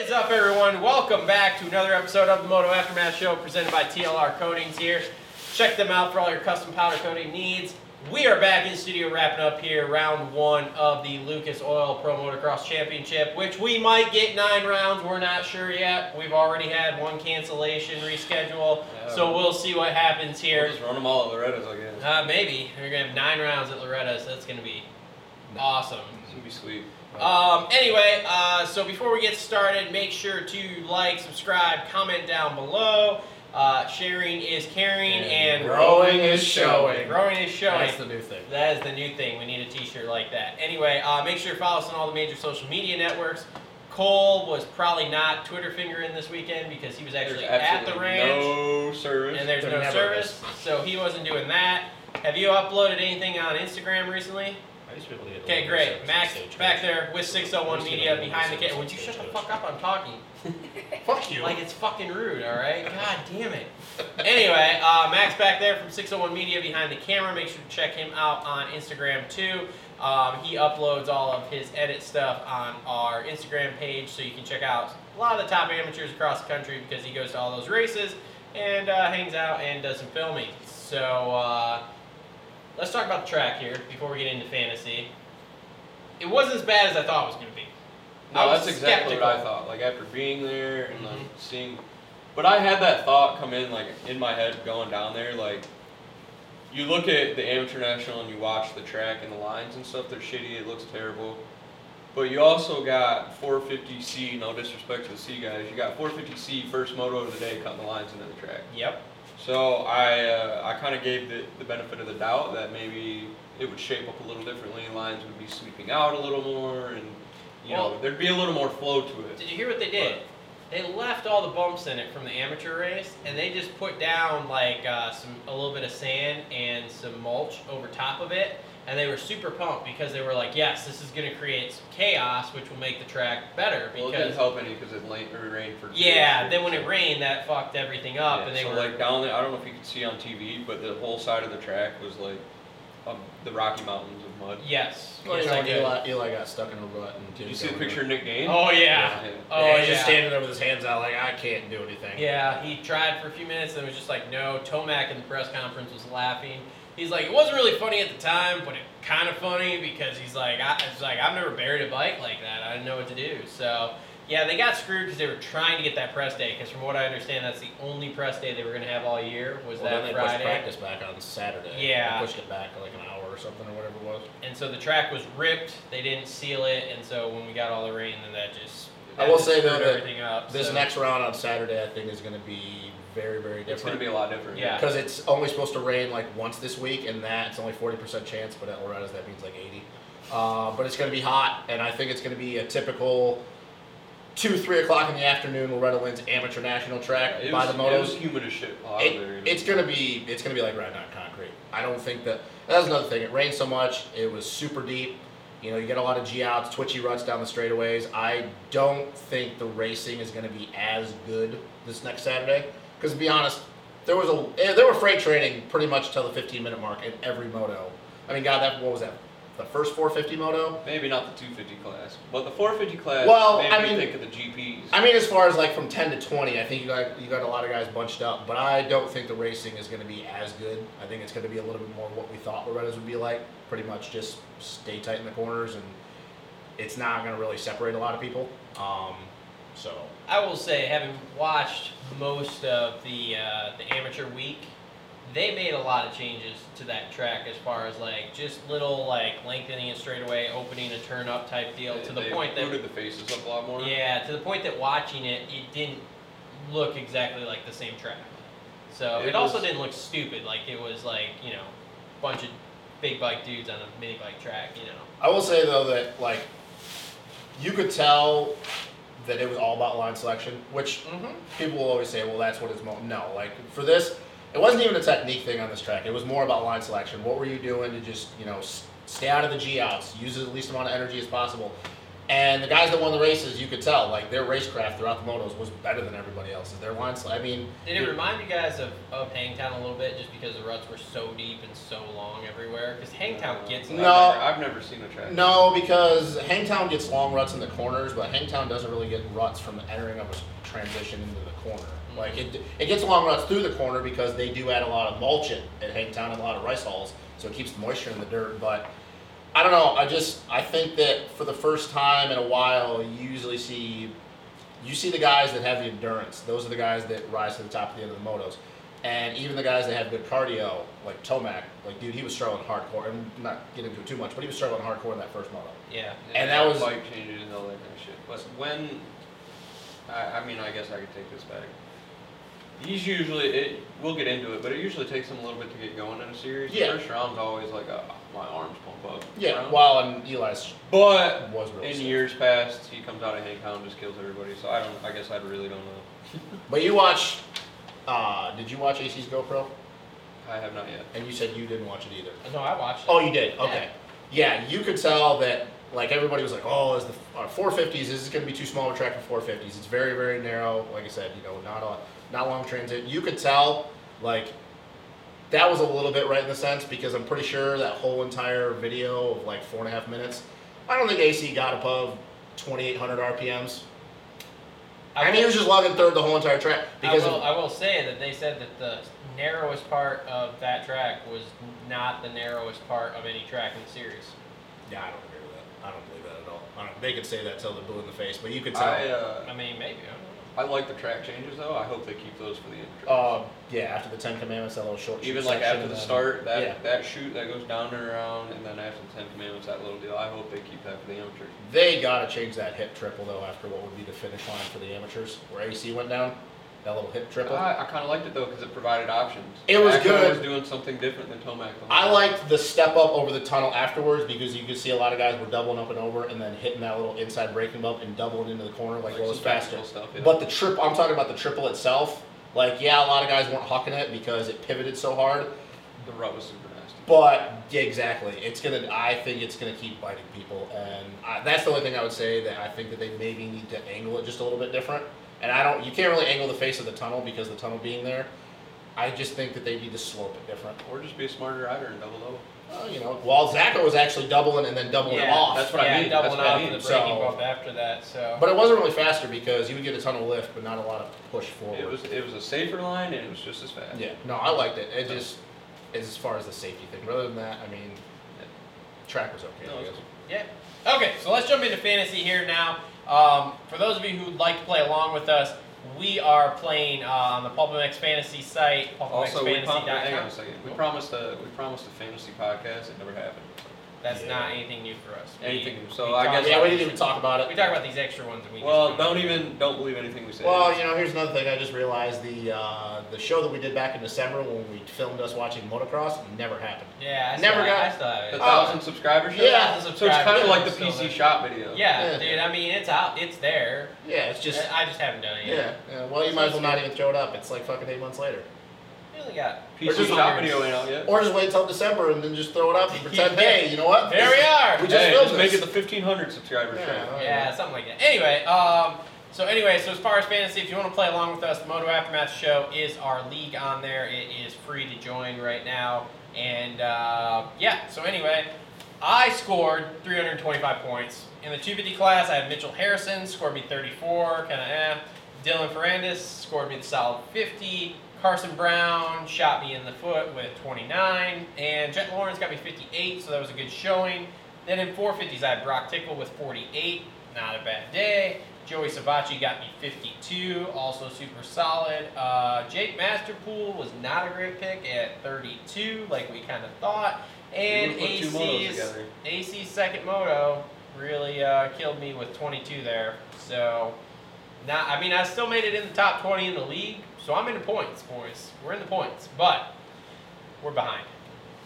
is up, everyone? Welcome back to another episode of the Moto Aftermath Show presented by TLR Coatings here. Check them out for all your custom powder coating needs. We are back in studio wrapping up here round one of the Lucas Oil Pro Motocross Championship, which we might get nine rounds. We're not sure yet. We've already had one cancellation reschedule, Oh. so we'll see what happens We'll here. just run them all at Loretta's, I guess. Uh, maybe. We're going to have nine rounds at Loretta's. That's going to be awesome. This would be sweet. Um, anyway, uh, so before we get started, make sure to like, subscribe, comment down below. Uh, sharing is caring, and, And Growing is showing. growing is showing. That's the new thing. That is the new thing. We need a T-shirt like that. Anyway, uh, make sure to follow us on all the major social media networks. Cole was probably not Twitter fingering this weekend because he was actually There's at the absolutely ranch, No service. and there's There no never service, so he wasn't doing that. Have you uploaded anything on Instagram recently? I used to be able to get Okay, great. Max back there with 601 Media behind the camera. Would you shut the fuck up? I'm talking. Fuck you. Like it's fucking rude, all right? God damn it. Anyway, uh, Max back there from 601 Media behind the camera. Make sure to check him out on Instagram too. Um, he uploads all of his edit stuff on our Instagram page, so you can check out a lot of the top amateurs across the country because he goes to all those races and uh, hangs out and does some filming. So uh, let's talk about the track here before we get into fantasy. It wasn't as bad as I thought it was going to be. I no, was that's exactly what I skeptical. thought. Like after being there and like Mhm. seeing, but I had that thought come in like in my head going down there. Like you look at the amateur national and you watch the track and the lines and stuff. They're shitty. It looks terrible. But you also got 450C. No disrespect to the C guys. You got 450C first moto of the day cutting the lines into the track. Yep. So I uh, I kind of gave the, the benefit of the doubt that maybe it would shape up a little differently. Lines would be sweeping out a little more, and you Well- know there'd be a little more flow to it. Did you hear what they did? They left all the bumps in it from the amateur race, and they just put down like uh, some a little bit of sand and some mulch over top of it, and they were super pumped because they were like, "Yes, this is going to create some chaos, which will make the track better." Well, it didn't Because help any because it la- or rained for. two yeah, days then when it so- rained, that fucked everything up, Yeah, and they so were like down there. I don't know if you could see on TV, but the whole side of the track was like um, the Rocky Mountains of mud. "Yes, Well, you yes, know, I when did." Eli, Eli got stuck in a rut and Did didn't you see go the anywhere. picture of Nick Gaines? Oh yeah. Oh yeah, yeah. he's just standing there with his hands out, like I can't do anything. Yeah, he tried for a few minutes and was just like, no. Tomac in the press conference was laughing. He's like, it wasn't really funny at the time, but it kind of funny because he's like, I, it's like I've never buried a bike like that. I didn't know what to do. So yeah, they got screwed because they were trying to get that press day. Because from what I understand, that's the only press day they were gonna have all year was Well, then that they pushed Friday. practice back on Saturday. They Yeah. pushed it back like an hour or something or whatever it was. And so the track was ripped. They didn't seal it, and so when we got all the rain, then that just I that will just say, though, screwed that everything up. This so- next round on Saturday, I think, is going to be very, very It's gonna different. be a lot different. Yeah. Because it's only supposed to rain like once this week, and that's only forty percent chance. But at Loretta's, that means like eighty. Uh, but it's going to be hot, and I think it's going to be a typical two, three o'clock in the afternoon. Loretta wins amateur national track It by was, the it was motos. humid as shit. Oh, out It- there. it's going to be it's going to be like riding on concrete. I don't think that that's another thing. It rained so much, it was super deep. You know, you get a lot of G outs, twitchy ruts down the straightaways. I don't think the racing is going to be as good this next Saturday. Because to be honest, there was a eh, there were freight training pretty much till the 15 minute mark in every moto. I mean, God, that what was that? The first 450 moto. Maybe not the 250 class, but the 450 class. Well, made I me mean- think of the GPs. I mean, as far as like from 10 to 20, I think you got you got a lot of guys bunched up. But I don't think the racing is going to be as good. I think it's going to be a little bit more what we thought Loretta's would be like. Pretty much just stay tight in the corners, and it's not going to really separate a lot of people. Um, so I will say, having watched most of the uh, the amateur week, they made a lot of changes to that track as far as like just little like lengthening it straight away, opening a turn up type deal They- to the they point that loaded the faces up a lot more. yeah, to the point that watching it, it didn't look exactly like the same track. So it, It also was- didn't look stupid. Like it was like you know, bunch of big bike dudes on a mini bike track. You know. I will say though that like you could tell that it was all about line selection, which Mm-hmm. people will always say, well, that's what it's mo No, like for this, it wasn't even a technique thing on this track. It was more about line selection. What were you doing to just, you know, s- stay out of the G outs, use as least amount of energy as possible. And the guys that won the races, you could tell, like their racecraft throughout the motos was better than everybody else's. Their line slide, I mean, Did it remind you guys of, of Hangtown a little bit, just because the ruts were so deep and so long everywhere? Because Hangtown gets like Uh, I've No. never- I've never seen a track. No, because Hangtown gets long ruts in the corners, but Hangtown doesn't really get ruts from the entering of a s- transition into the corner. Like it, it gets long ruts through the corner because they do add a lot of mulch at, at Hangtown and a lot of rice hulls, so it keeps the moisture in the dirt. But I don't know. I just I think that for the first time in a while, you usually see you see the guys that have the endurance. Those are the guys that rise to the top at the end of the motos. And even the guys that have good cardio, like Tomac, like dude, he was struggling hardcore. And not get into it too much, but he was struggling hardcore in that first moto. yeah. And that was- bike changes and all that kind of shit. But when, I, I mean, I guess I could take this back. He's usually it. We'll get into it, but it usually takes him a little bit to get going in a series. Yeah. The first round's always like a my arms pump up. Yeah, round. well, and Eli's but um, was really. in sick. years past, he comes out of Hankow and just kills everybody. So I don't. I guess I really don't know. But you watch. Uh, did you watch AC's GoPro? I have not yet. And you said you didn't watch it either. No, I watched it. Oh, you did. Okay. Yeah, you could tell that. Like everybody was like, "Oh, is the uh, 450s? Is this going to be too small a track for 450s? It's very, very narrow. Like I said, you know, not a not long transit. You could tell, like, that was a little bit right in the sense because I'm pretty sure that whole entire video of like four and a half minutes. I don't think AC got above 2,800 RPMs. I, mean, he was just logging third the whole entire track because I of- will, I will say that they said that the narrowest part of that track was not the narrowest part of any track in the series. Yeah, I don't agree with that. I don't believe that at all. I don't, they could say that till they're blue in the face, but you could tell. I uh, I mean, maybe. I I like the track changes though. I hope they keep those for the end. of track. uh, yeah, after the Ten Commandments, that little short. Even shoot like section after the and then- start, that yeah. that shoot that goes down and around, and then after the Ten Commandments, that little deal. I hope they keep that for the amateur. They gotta change that hip triple though after what would be the finish line for the amateurs, where AC went down. That little hip triple. I, I kind of liked it though because it provided options. It was Acura good. Was doing something different than Tomac. I liked the step up over the tunnel afterwards because you could see a lot of guys were doubling up and over and then hitting that little inside braking bump and doubling into the corner like, what was some faster. technical Stuff, yeah. But the trip, I'm talking about the triple itself. Like, yeah, a lot of guys weren't hucking it because it pivoted so hard. the rut was super nasty. But yeah, exactly, it's gonna. I think it's gonna keep biting people, and I, that's the only thing I would say that I think that they maybe need to angle it just a little bit different. And I don't. You can't really angle the face of the tunnel because the tunnel being there. I just think that they need to slope it different. Or just be a smarter rider and double double. Uh, you know, while Zacho was actually doubling and then doubling yeah, off, that's what I yeah, mean, Doubling that's what I off mean. and the braking So- bump after that. So. but it wasn't really faster because you would get a ton of lift, but not a lot of push forward. It was it was a safer line and it was just as fast. yeah, no, I liked it. It just is as far as the safety thing. But other than that, I mean, track was okay. No, I it's guess. Yeah. Okay, so let's jump into fantasy here now. Um, for those of you who'd like to play along with us, we are playing uh, on the PulpMX Fantasy site, Also, we, prom- hang on a pulpmxfantasy.com. second. we promised a we promised a fantasy podcast. It never happened. That's Yeah. not anything new for us. We- Anything new, we so I talk- guess- Yeah, we didn't even talk about it. We talk about these extra ones and we Well, just don't even don't believe anything we say. Well, you know, here's another thing. I just realized the uh, the show that we did back in December when we filmed us watching motocross never happened. Yeah, I Never still, got- I still have the it. Oh. thousand subscribers. show? Yeah, the So it's kind subscribers of like the still PC there. shot video. Yeah, Yeah. dude. I mean, it's out. It's there. Yeah, it's just I I just haven't done it yet. yeah. yeah. Well, you might as well not even throw it up. It's like fucking eight months later. We only got. Or PC just shot wonders. video ain't out yet. Or just wait till December and then just throw it up and pretend, Yeah. hey, you know what? There we are. We just Hey, filmed just make this. it the fifteen hundred subscribers. Yeah. show. Yeah, something like that. Anyway, um, so anyway, so as far as fantasy, if you want to play along with us, the Moto Aftermath Show is our league on there. It is free to join right now, and uh, yeah. So anyway, I scored 325 points in the 250 class. I had Mitchell Harrison scored me 34, kind of eh. Dylan Ferrandis scored me the solid 50. Carson Brown shot me in the foot with 29, and Jet Lawrence got me 58, so that was a good showing. Then in 450s, I had Brock Tickle with 48, not a bad day. Joey Savacci got me 52, also super solid. Uh, Jake Masterpool was not a great pick at 32, like we kind of thought. And We put two motos AC's, together. AC's second moto really uh, killed me with 22 there. So, not, I mean, I still made it in the top 20 in the league, so I'm in the points, boys. We're in the points, but we're behind.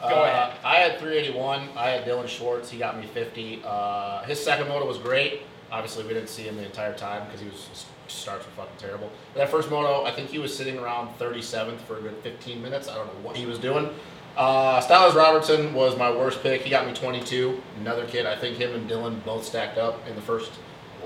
Go Uh, ahead. I had 381. I had Dylan Schwartz. He got me 50. Uh, his second moto was great. Obviously, we didn't see him the entire time because he was his starts were fucking terrible. But that first moto, I think he was sitting around 37th for a good 15 minutes. I don't know what he was doing. Uh, Styles Robertson was my worst pick. He got me 22. Another kid. I think him and Dylan both stacked up in the first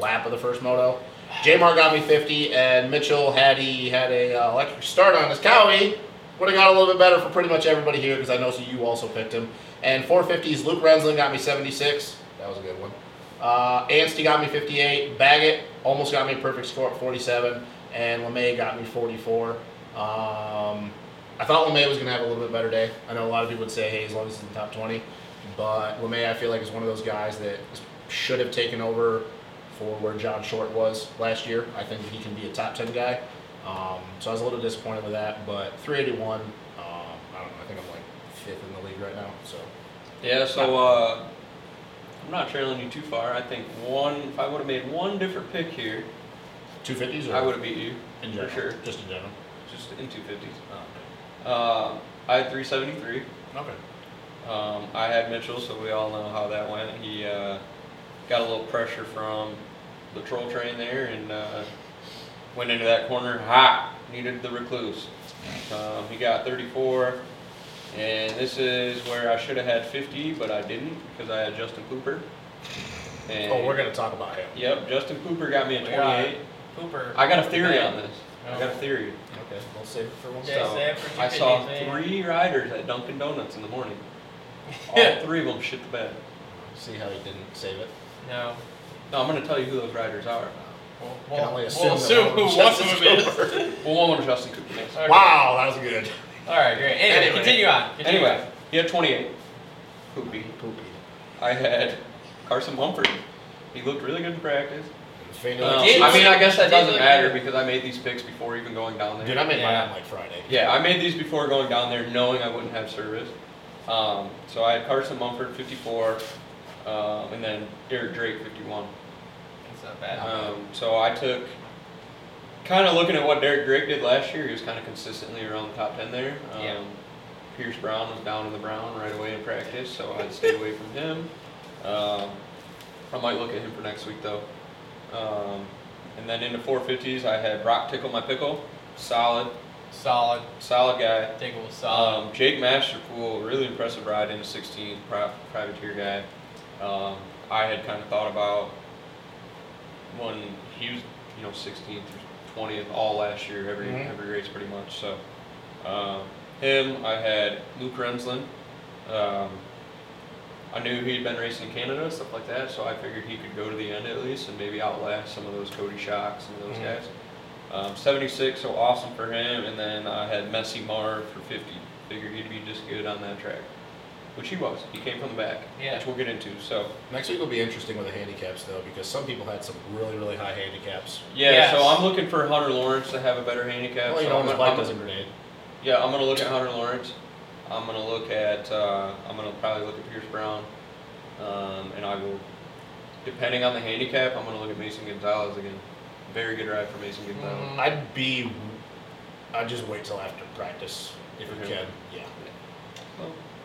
lap of the first moto. Jamar got me 50, and Mitchell had he had a uh, electric start on his Cowie, would have got a little bit better for pretty much everybody here because I know so you also picked him. And 450s, Luke Renslin got me 76. That was a good one. Uh, Anstey got me 58. Baggett almost got me a perfect score at 47. And LeMay got me 44. Um, I thought LeMay was going to have a little bit better day. I know a lot of people would say, hey, as long as he's in the top 20. But LeMay, I feel like, is one of those guys that should have taken over for where John Short was last year. I think he can be a top 10 guy. Um, so I was a little disappointed with that. But 381, um, I don't know. I think I'm like fifth in the league right now. So Yeah, so uh, I'm not trailing you too far. I think one, if I would have made one different pick here, 250s or I would have beat you in for general? sure, Just in general. just in 250s. Oh, Uh, I had 373. okay. okay. Um, I had Mitchell, so we all know how that went. He uh, got a little pressure from the troll train there and uh, went into that corner hot. Needed the recluse. Um, he got 34, and this is where I should have had 50, but I didn't because I had Justin Cooper. And Oh, we're going to talk about him. Yep, Justin Cooper got me a We got 28. Pooper. I got a theory on this. I got a Oh. theory. Okay. We'll save it for one. Okay, So, Sam, for I two saw fifties, man. three riders at Dunkin' Donuts in the morning. All three of them shit the bed. See how he didn't save it. No. No, I'm gonna tell you who those riders are. We'll, Can we'll, only we'll assume that who one one was of Justin them is. Cooper. Well, one was Justin Cooper. Yes. Okay. Wow, that was good. All right, great. Anyway, Anyway. continue on. Continue Anyway, he had 28. Poopy. Poopy. I had Carson Mumford. He looked really good in practice. Fainted Um, like did. I mean, I guess He that did doesn't look matter good. because I made these picks before even going down there. Dude, I made Yeah. mine on like Friday. Yeah, I made these before going down there, knowing I wouldn't have service. Um, so I had Carson Mumford 54, um, and then Derek Drake 51. on. It's not bad. Um, so I took, kind of looking at what Derek Drake did last year, he was kind of consistently around the top 10 there. Um, Yeah. Pierce Brown was down in the brown right away in practice, so I'd stay away from him. Um, I might look at him for next week though. Um, and then into 450s, I had Brock Tickle My Pickle, solid, Solid. solid guy. Diggle was solid. Um, Jake Masterpool, really impressive ride into 16, pri- privateer guy. Um, I had kind of thought about when he was, you know, 16th or 20th all last year, every Mhm. every race pretty much. So um, him, I had Luke Remslin. Um, I knew he'd been racing in Canada and stuff like that, so I figured he could go to the end at least and maybe outlast some of those Cody Shocks and those Mhm. guys. Um, 76, so awesome for him. And then I had Messi Marv for 50. Figured he'd be just good on that track, which he was. He came from the back, Yeah. which we'll get into. So Next week will be interesting with the handicaps though, because some people had some really, really high handicaps. yeah, Yes. so I'm looking for Hunter Lawrence to have a better handicap. Well, you so know, I'm his gonna- bike I'm doesn't grenade. Yeah, I'm gonna look at Hunter Lawrence. I'm gonna look at. Uh, I'm gonna probably look at Pierce Brown, um, and I will, depending on the handicap, I'm gonna look at Mason Gonzalez again. Very good ride for Mason Gonzalez. Mm, I'd be. I'd just wait till after practice if you Mm-hmm. Okay. can. Yeah.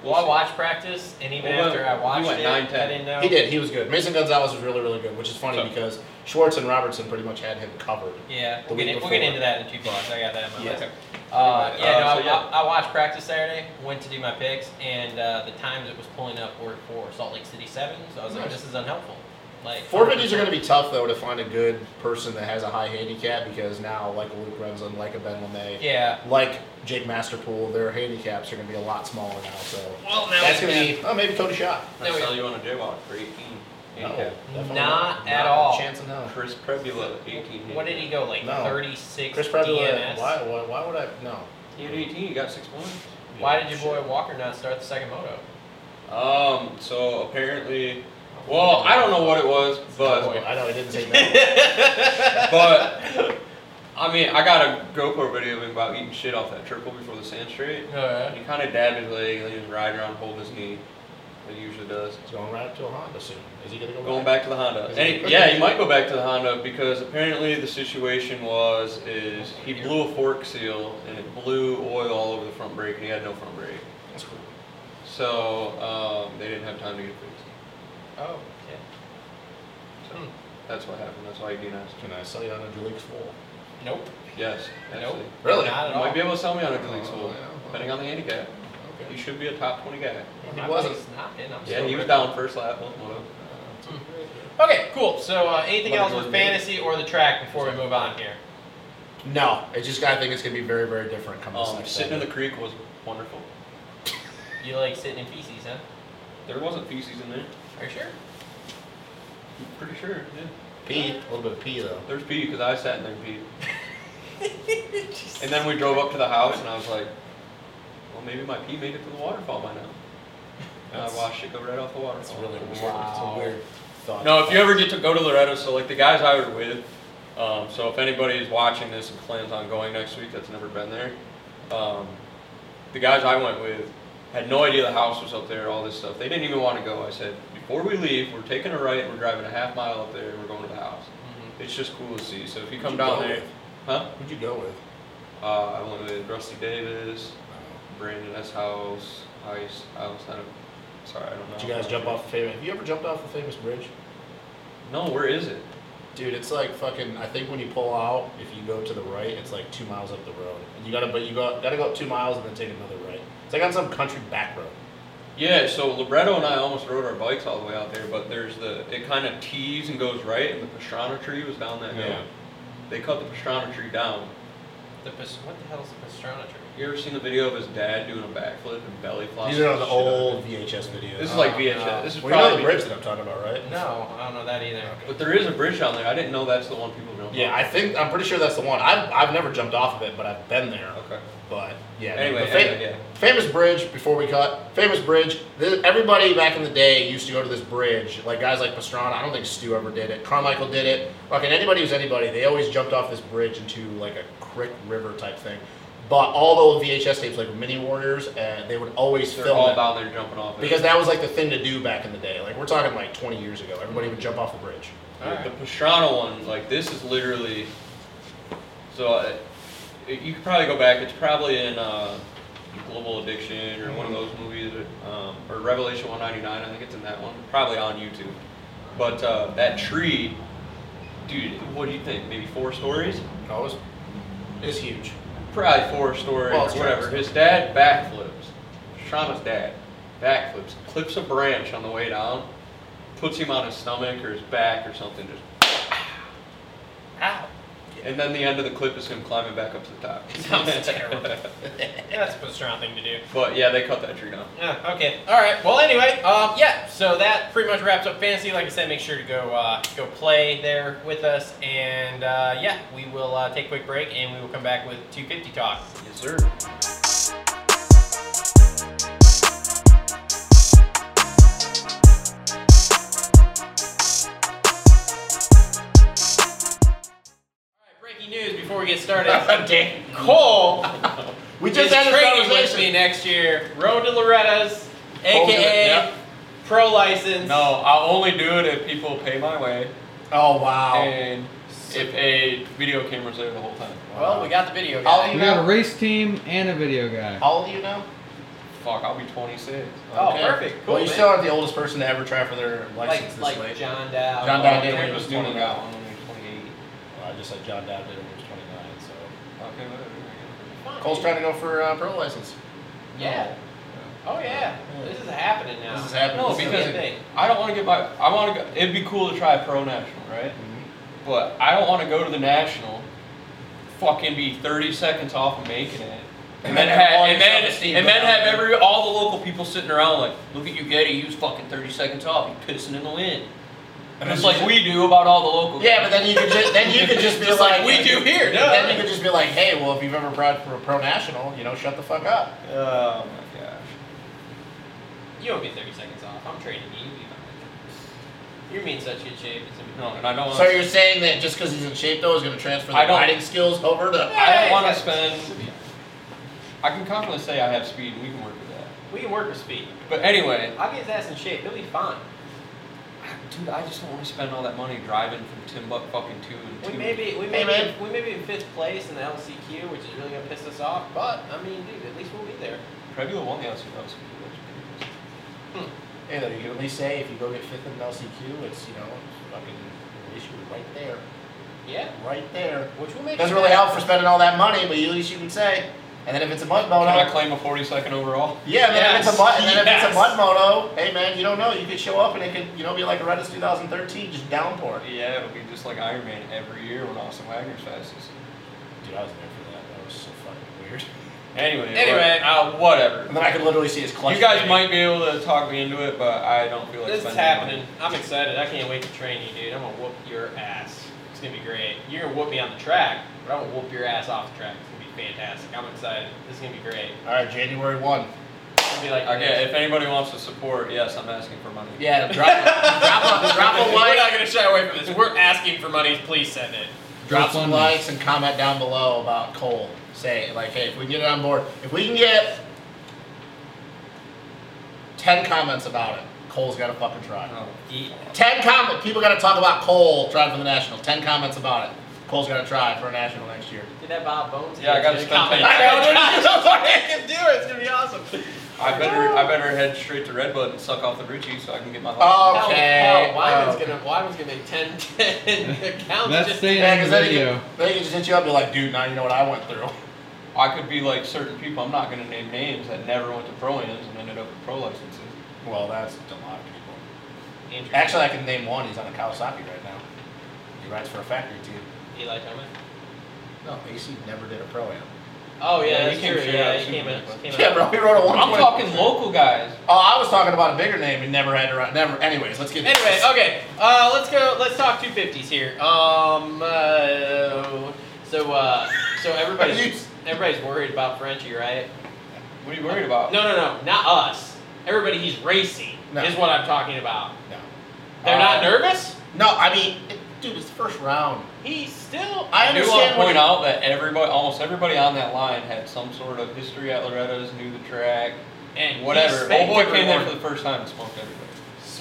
well, I watched practice, and even Well, after I he watched went it, 9-10. I didn't know. He did. He was good. Mason Gonzalez was really, really good, which is funny So- because Schwartz and Robertson pretty much had him covered. Yeah, The we'll get, week in- we'll get before. into that in two blocks. I got that in my Yeah. list. Uh, yeah, Uh, no, I, so, yeah. I, I watched practice Saturday, went to do my picks, and uh, the times it was pulling up were for Salt Lake City 7, so I was like, Nice. this is unhelpful. Like, Four fifties are going to be tough though to find a good person that has a high handicap because now like a Luke Renslin, like a Ben LeMay, Yeah. like Jake Masterpool, their handicaps are going to be a lot smaller now. So Well, now that's we going have- to be oh maybe Cody Shot. There I we saw go. you on a jaywalk for 18. Handicap. Not at all. chance in hell. Chris Prebula, 18. What did he go, like No. 36 Chris DNS? Prevula, why, why, why would I? No. He had 18. He got six points. Why did your boy Walker not start the second moto? Um. So apparently, well, I don't know what it was, but I know I didn't say that. but I mean, I got a GoPro video of him about eating shit off that triple before the sand straight. Uh, He kind of dabbed his leg and he was riding around, holding his knee. Like he usually does. He's going right up to a Honda soon. Is he going to go Going back to the Honda. And, yeah, he might go back to the Honda because apparently the situation was is he blew a fork seal and it blew oil all over the front brake and he had no front brake. That's cool. So um, they didn't have time to get it fixed. oh, yeah. So Hmm. that's what happened. That's why he DNS. Can I sell you on a Julix fool? Nope. Yes, Nope. actually. Really? Not You at might all. be able to sell me on a Gleeks Oh, yeah, well. depending on the handicap. Okay. He should be a top 20 guy. He My wasn't. bike's not in. I'm Yeah, still he was ripping. down first lap on one of uh, them. Hmm. Okay, cool. So uh, anything Might else as well with do it. fantasy or the track before we move on here? No, it's just I think it's gonna be very, very different coming this Um, next sitting in the Saturday. creek was wonderful. You like sitting in feces, huh? There wasn't feces in there. Are you sure? I'm pretty sure. Yeah. pee, a little bit of pee though. There's pee because I sat in there and peed. and then we drove up to the house and I was like, well, maybe my pee made it to the waterfall by now. And I That's- watched it go right off the That's waterfall. really weird. Wow. It's a weird thought. No, if you ever get to go to Loretto, so like the guys I was with, um, so if anybody is watching this and plans on going next week that's never been there, um, the guys I went with had no idea the house was up there, all this stuff. They didn't even want to go. I said, before we leave, we're taking a right, we're driving a half mile up there, and we're going to the house. Mm-hmm. It's just cool to see. So if you come Who'd you down go there, with? huh? Who'd you go with? Uh, I went with Rusty Davis, Brandon S. House, Ice House. I don't, sorry, I don't know. Did you guys jump off a famous? Have you ever jumped off a famous bridge? No, where is it? Dude, it's like fucking. I think when you pull out, if you go to the right, it's like two miles up the road. And you gotta, but you go, gotta go up two miles and then take another right. It's like on some country back road. Yeah, so Libretto and I almost rode our bikes all the way out there, but there's the it kind of tees and goes right, and the pastrana tree was down that hill. Yeah. They cut the pastrana tree down. The pas- what the hell is the pastrana tree? You ever seen the video of his dad doing a backflip and belly flop? These are the the shit out of old it? VHS videos. This is like Oh, VHS. no. This is well, you know probably the bridge that I'm talking about, right? No, I don't know that either. But there is a bridge down there. I didn't know that's the one people don't. Yeah, I think I'm pretty sure that's the one. I've, I've never jumped off of it, but I've been there. Okay. But yeah, Anyway, the fam- anyway, famous bridge. Before we cut, famous bridge. This, everybody back in the day used to go to this bridge. Like guys like Pastrana. I don't think Stu ever did it. Carmichael did it. Fucking anybody who's anybody. They always jumped off this bridge into like a creek river type thing. But all the VHS tapes, like Mini Warriors, uh, they would always They're film all it. down there jumping off. it. because that was like the thing to do back in the day. Like we're talking like 20 years ago. Everybody would jump off the bridge. Alright. The Pastrana one, like this is literally. So uh, it, you could probably go back. It's probably in uh, Global Addiction or one of those movies, um, or Revelation 199. I think it's in that one. Probably on YouTube. But uh, that tree, dude, what do you think? Maybe four stories? Always. It's huge. Probably four stories Well, or it's whatever. Travis. His dad backflips. Shauna's dad backflips, clips a branch on the way down, puts him on his stomach or his back or something, just Ow. And then the end of the clip is him climbing back up to the top. Sounds terrible. That's a pastrana thing to do. But yeah, they cut that tree down. Yeah, okay. All right. Well, anyway, um, yeah. So that pretty much wraps up fantasy. Like I said, make sure to go uh, go play there with us, and uh, yeah, we will uh, take a quick break, and we will come back with 250 talk. Yes, sir. All right, breaking news before we get started. Damn. Cole We is just had this training with conversation. me next year. Road to Loretta's, Cole's doing it, aka yep. pro license. No, I'll only do it if people pay my way Oh wow. and if a video camera's there the whole time. Well, we got the video. I'll guy. You We know- got a race team and a video guy. How old are you now? Fuck, I'll be 26. Oh, perfect. Cool, well, you man. still aren't the oldest person to ever try for their license like this like late. John Dow. John Dow did it when he was was 20 29. got one when he was Well, I just said John Dow did it when he was 29. So 28. Okay, whatever. Cole's trying to go for uh, pro license. Yeah. Oh yeah. This is happening now. Oh, This is happening. No, This is because a thing. I don't want to get my. I want to. go It'd be cool to try pro national, right? Mm-hmm. But I don't want to go to the national, fucking be 30 seconds off of making it. And then, have, and, then, and then have every all the local people sitting around like, look at you, Getty, you was fucking 30 seconds off, you pissing in the wind. And it's like we do about all the locals. Yeah, but then you could just then you could just be Just like, like we do here, duh. Then you could just be like, hey, well, if you've ever tried for a pro national, you know, shut the fuck up. Oh my gosh. You won't be 30 seconds off. I'm training you. You'll be fine. You're mean such good shape. It's gonna be No, fine. and I don't want. So you're saying that just because he's in shape though is going to transfer the I don't- riding skills over to? I Yeah, don't want to it's- spend. I can confidently say I have speed, and we can work with that. We can work with speed. But anyway, I'll get his ass in shape. He'll be fine. Dude, I just don't want to spend all that money driving from Timbuk fucking two and We two. may be we may Hey, man. be, we may be in fifth place in the LCQ, which is really gonna piss us off. But I mean, dude, at least we'll be there. Prevula won the LCQ. Hey, though, you can at least say if you go get fifth in LCQ, it's you know, fucking at least you're right there, Yeah. right there. Which will make Doesn't you really mad. help for spending all that money, but at least you can say, And then if it's a mud moto, Can I claim a 42nd overall? yeah. And then if it's a mud, and then if Yes. it's a mud moto, hey man, you don't know. You could show up and it could, you know, be like a Redis 2013, just downpour. Yeah, it'll be just like Iron Man every year when Austin Wagner's fastest. Dude, I was there for that. That was so fucking weird. Anyway. Anyway. what- uh, whatever. And then I could literally see his clutch. You guys plate. might be able to talk me into it, but I don't feel like This is spending money. happening. I'm excited. I can't wait to train you, dude. I'm gonna whoop your ass. It's gonna be great. You're gonna whoop me on the track, but I'm gonna whoop your ass off the track. It's gonna be fantastic. I'm excited. This is gonna be great. All right, January one. It's gonna be like Okay, if anybody wants to support, yes, I'm asking for money. Yeah, drop, drop, a- drop a We're like. not gonna shy away from this. We're asking for money. Please send it. drop some GoFundMe. likes and comment down below about Cole. Say like, hey, if we can get it on board, if we can get ten comments about it, Cole's got to fucking try. Oh. Ye- Ten comment, people got to talk about Cole trying for the national. Ten comments about it, Cole's got to try for a national next year. Did that Bob Bones? Yeah, I gotta Did it spend comment? ten- I know. I can do it. It's gonna be awesome. I better I better head straight to Red Bud and suck off the Ruchi so I can get my Oh. Hell, Okay, hell, Wyman's Oh. okay. gonna Wyman's gonna make 10, 10 accounts. That's just saying Yeah, yeah, in because the then, you can- video. then you can just hit you up and be like, dude, now you know what I went through. I could be like certain people. I'm not gonna name names that never went to pro ams and ended up with pro licenses. Well, that's a lot of people. Andrew, Actually, I can name one. He's on a Kawasaki right now. He rides for a factory team. Eli Thomas. No, AC never did a pro am. Oh yeah, Yeah, he that's came true. straight out Yeah, of he came in. Superman. Came Yeah, out. bro, he rode a one. I'm talking local guys. Oh, I was talking about a bigger name and never had to run. Never. Anyways, let's get. Anyway, okay. Uh, let's go. Let's talk 250s here. Um. Uh, so uh. So everybody's everybody's worried about Frenchie, right? What are you worried about? No, no, no, not us. Everybody he's racing No. is what I'm talking about. No. They're not Uh, nervous. No, I mean, it- dude, it's the first round. He's still. I I do want understand. to what point out that everybody, almost everybody on that line had some sort of history at Loretta's, knew the track, And he whatever. spanked Old boy came there everyone. for the first time and smoked everybody.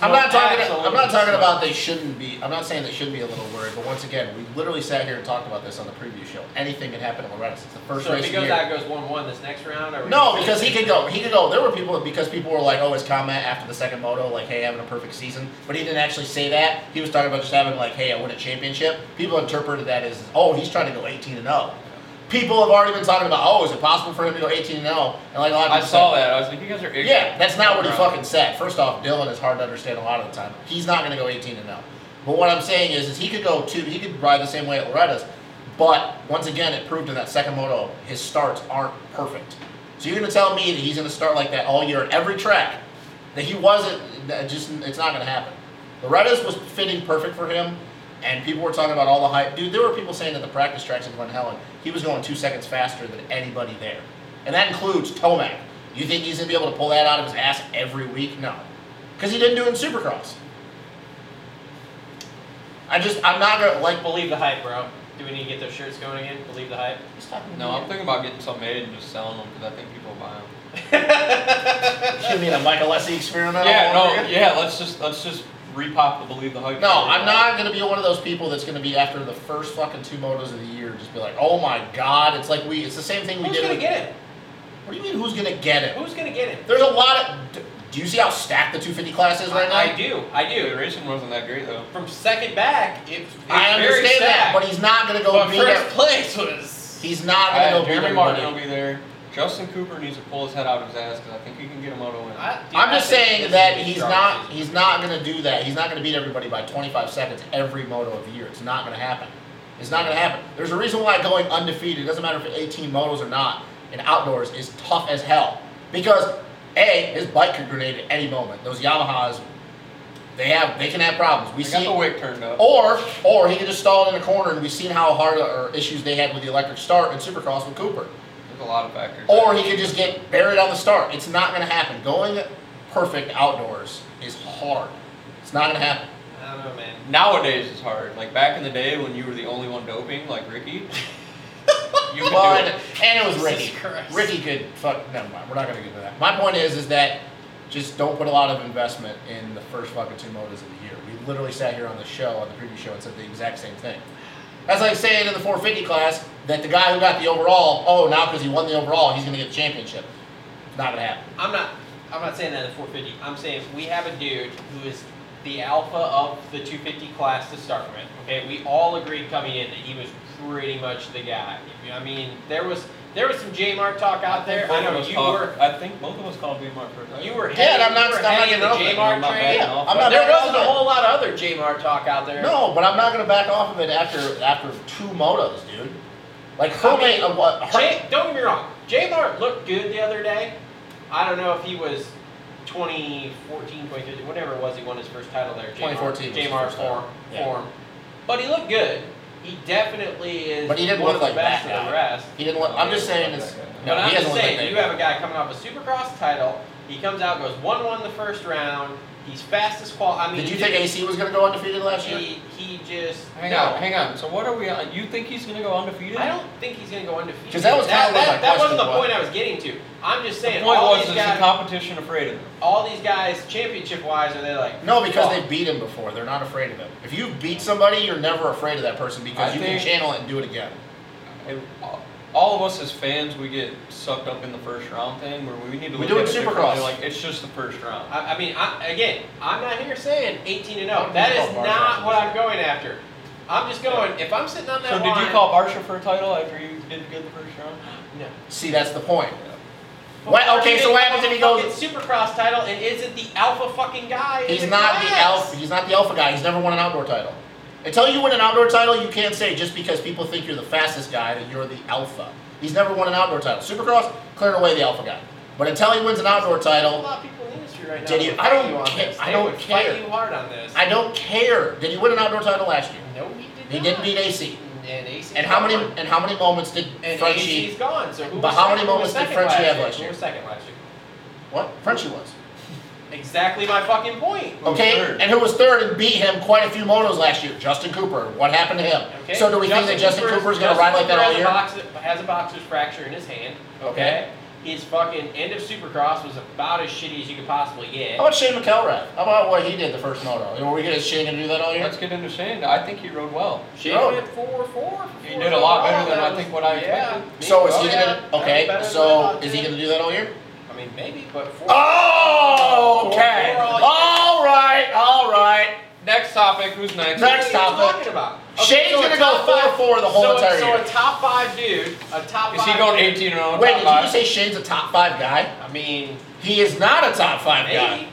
I'm not talking. Absolutely. I'm not talking about they shouldn't be. I'm not saying they should be a little worried, but once again, we literally sat here and talked about this on the preview show. Anything can happen in Loretta. It's the first So if race he of goes the year. out, goes one one this next round. Are we No, gonna- because he could go. He could go. There were people because people were like, "Oh, his comment after the second moto, like, hey, having a perfect season," but he didn't actually say that. He was talking about just having like, "Hey, I won a championship." People interpreted that as, "Oh, he's trying to go 18 and 0." People have already been talking about, "Oh, is it possible for him to go 18 and 0?" And like a lot of I people saw said- that. I was like, you guys are ignorant. Yeah, that's not what he Right. fucking said. First off, Dylan is hard to understand a lot of the time. He's not going to go 18 and 0. But what I'm saying is, is he could go two. He could ride the same way at Loretta's, but once again, it proved in that second moto his starts aren't perfect. So you're going to tell me that he's going to start like that all year at every track? That he wasn't. That just it's not going to happen. Loretta's was fitting perfect for him, and people were talking about all the hype. Dude, there were people saying that the practice tracks in Glen Helen, he was going two seconds faster than anybody there. And that includes Tomac. You think he's going to be able to pull that out of his ass every week? No. Because he didn't do it in Supercross. I just, I'm not going to, like, Believe the hype, bro. Do we need to get those shirts going again? Believe the hype. he's talking to No, me. I'm thinking about getting some made and just selling them because I think people will buy them. You mean a Michael Lessie experiment? yeah, all no, over again? yeah. Let's just let's just repop the believe the hype. No, I'm not gonna be one of those people that's gonna be after the first fucking two motos of the year, just be like, oh my god, it's like we, it's the same thing we Who's did. gonna with- get him? What do you mean? Who's gonna get it? Who's gonna get him? There's a lot of. d- Do you see how stacked the 250 class is right now? I do. I do. The racing wasn't that great though. From second back, it, it's I very understand that, stacked. but he's not gonna go But beat. first uh, ev- place was. He's not I gonna go had beat Jeremy Martin will everybody. be there. Justin Cooper needs to pull his head out of his ass because I think he can get a moto win. I- dude, I'm I just think this saying is that gonna be he's strong not. season. He's not gonna do that. He's not gonna beat everybody by 25 seconds every moto of the year. It's not gonna happen. It's not gonna happen. There's a reason why going undefeated, it doesn't matter if it's 18 motos or not, in outdoors is tough as hell. Because a his bike could grenade at any moment. Those Yamahas, they have they can have problems. We I see got it- the wick turned up. Or, or he could just stall it in a corner, and we've seen how hard or issues they had with the electric start in Supercross with Cooper. There's a lot of factors. Or he could just get buried on the start. It's not going to happen. Going perfect outdoors is hard. It's not going to happen. I don't know, man. Nowadays it's hard. Like back in the day when you were the only one doping, like Ricky, you could Well, do and, it. and it was Jesus Ricky. Christ. Ricky could fuck. Never mind. We're not going to get into that. My point is, is that just don't put a lot of investment in the first fucking two motos of the year. We literally sat here on the show, on the previous show, and said the exact same thing. That's like saying in the 450 class that the guy who got the overall, oh, now because he won the overall, he's going to get the championship. It's not going to happen. I'm not. I'm not saying that at 450. I'm saying we have a dude who is the alpha of the 250 class to start with. Okay, we all agreed coming in that he was pretty much the guy. I mean, there was. There was some J Mark talk out there. I know you called, were I think both of us called J-Mark for a you were Yeah, heading, I'm not- you were I'm not heading giving the up. J Mark I'm not train. backing off. I'm not there backing wasn't a off. whole lot of other J Mark talk out there. No, but I'm not gonna back off of it after after two motos, dude. Like her I mean, mate, uh, what? Her, J, don't get me wrong. J Mart looked good the other day. I don't know if he was 2014, 2015, whatever it was. He won his first title there. J-Mart, 2014 was his J Mart first title. form, Yeah. form. But he looked good. He definitely is. But he didn't one look of like the best that of the guy. rest. he didn't. Look, I'm just saying it's. but No, I'm he just doesn't look like saying, that you guy. have a guy coming off a Supercross title. He comes out, goes one-one the first round. He's fastest qual. I mean, Did you he think just- AC was gonna go undefeated last year? He he just Hang no. on, hang on. So what are we on? You think he's gonna go undefeated? I don't think he's going to go undefeated. 'Cause that was that, kinda what that, my that wasn't question the was. point I was getting to. I'm just The saying point all was, these is guys, the competition afraid of him? all these guys, championship wise, are they like? No, because "Fuck." they beat him before. They're not afraid of him. If you beat somebody, you're never afraid of that person because I you think- can channel it and do it again. And all of us as fans, we get sucked up in the first round thing where we need to We look do at it it Supercross. differently, Like it's just the first round. I, I mean, I, again, I'm not here saying 18 and 0. I'm That gonna is call Barnes not out. what I'm going after. I'm just going. If I'm sitting on that So line, did you call Barsha for a title after you did good the first round? No. See, that's the point. But What- why okay, did so they what call happens if he him a goes- fucking Supercross title and isn't the alpha fucking guy? in He's not the class? alpha. He's not the alpha guy. He's never won an outdoor title. Until you win an outdoor title, you can't say just because people think you're the fastest guy that you're the alpha. He's never won an outdoor title. Supercross, clear and away the alpha guy. But until he wins an outdoor A title, lot of people in the industry right now. Did he- would I fight don't you on ca- this. I They don't would fight care. you hard on this. I don't care. Did he win an outdoor title last year? no, he did He not. didn't beat AC. And AC. And how many? won. And how many moments did And Frenchie? AC's gone. So who But was how second- many who moments was did second Frenchie have last Who year? was second last year? What Frenchie was? Exactly my fucking point. Who was Okay, third? and who was third and beat him quite a few motos last year? Justin Cooper. What happened to him? Okay? So do we think that Justin Cooper's going to Justin ride like that all Cooper year? has a box- has a boxer's fracture in his hand. Okay. His fucking end of Supercross was about as shitty as you could possibly get. How about Shane McElrath? How about what he did the first moto? Were we going to Shane going to do that all year? Let's get into Shane. I think he rode well. Shit no. went four four. He did a lot better than I think what I yeah, expected. So is he Oh, yeah, going that to? was better Okay, than I so thought, is he yeah. going to do that all year? I mean, maybe, but four. Oh, okay. Oh, We're all- All right, all right. Next topic. Who's next? What are Next you topic. talking about? Shane's so a gonna go top five- 4-4 the whole so, entire so year. a top five dude, a top Is five. he going dude, 18 and oh? 0? Wait, did you just say Shane's a top five guy? I mean, He is not a top five guy. maybe.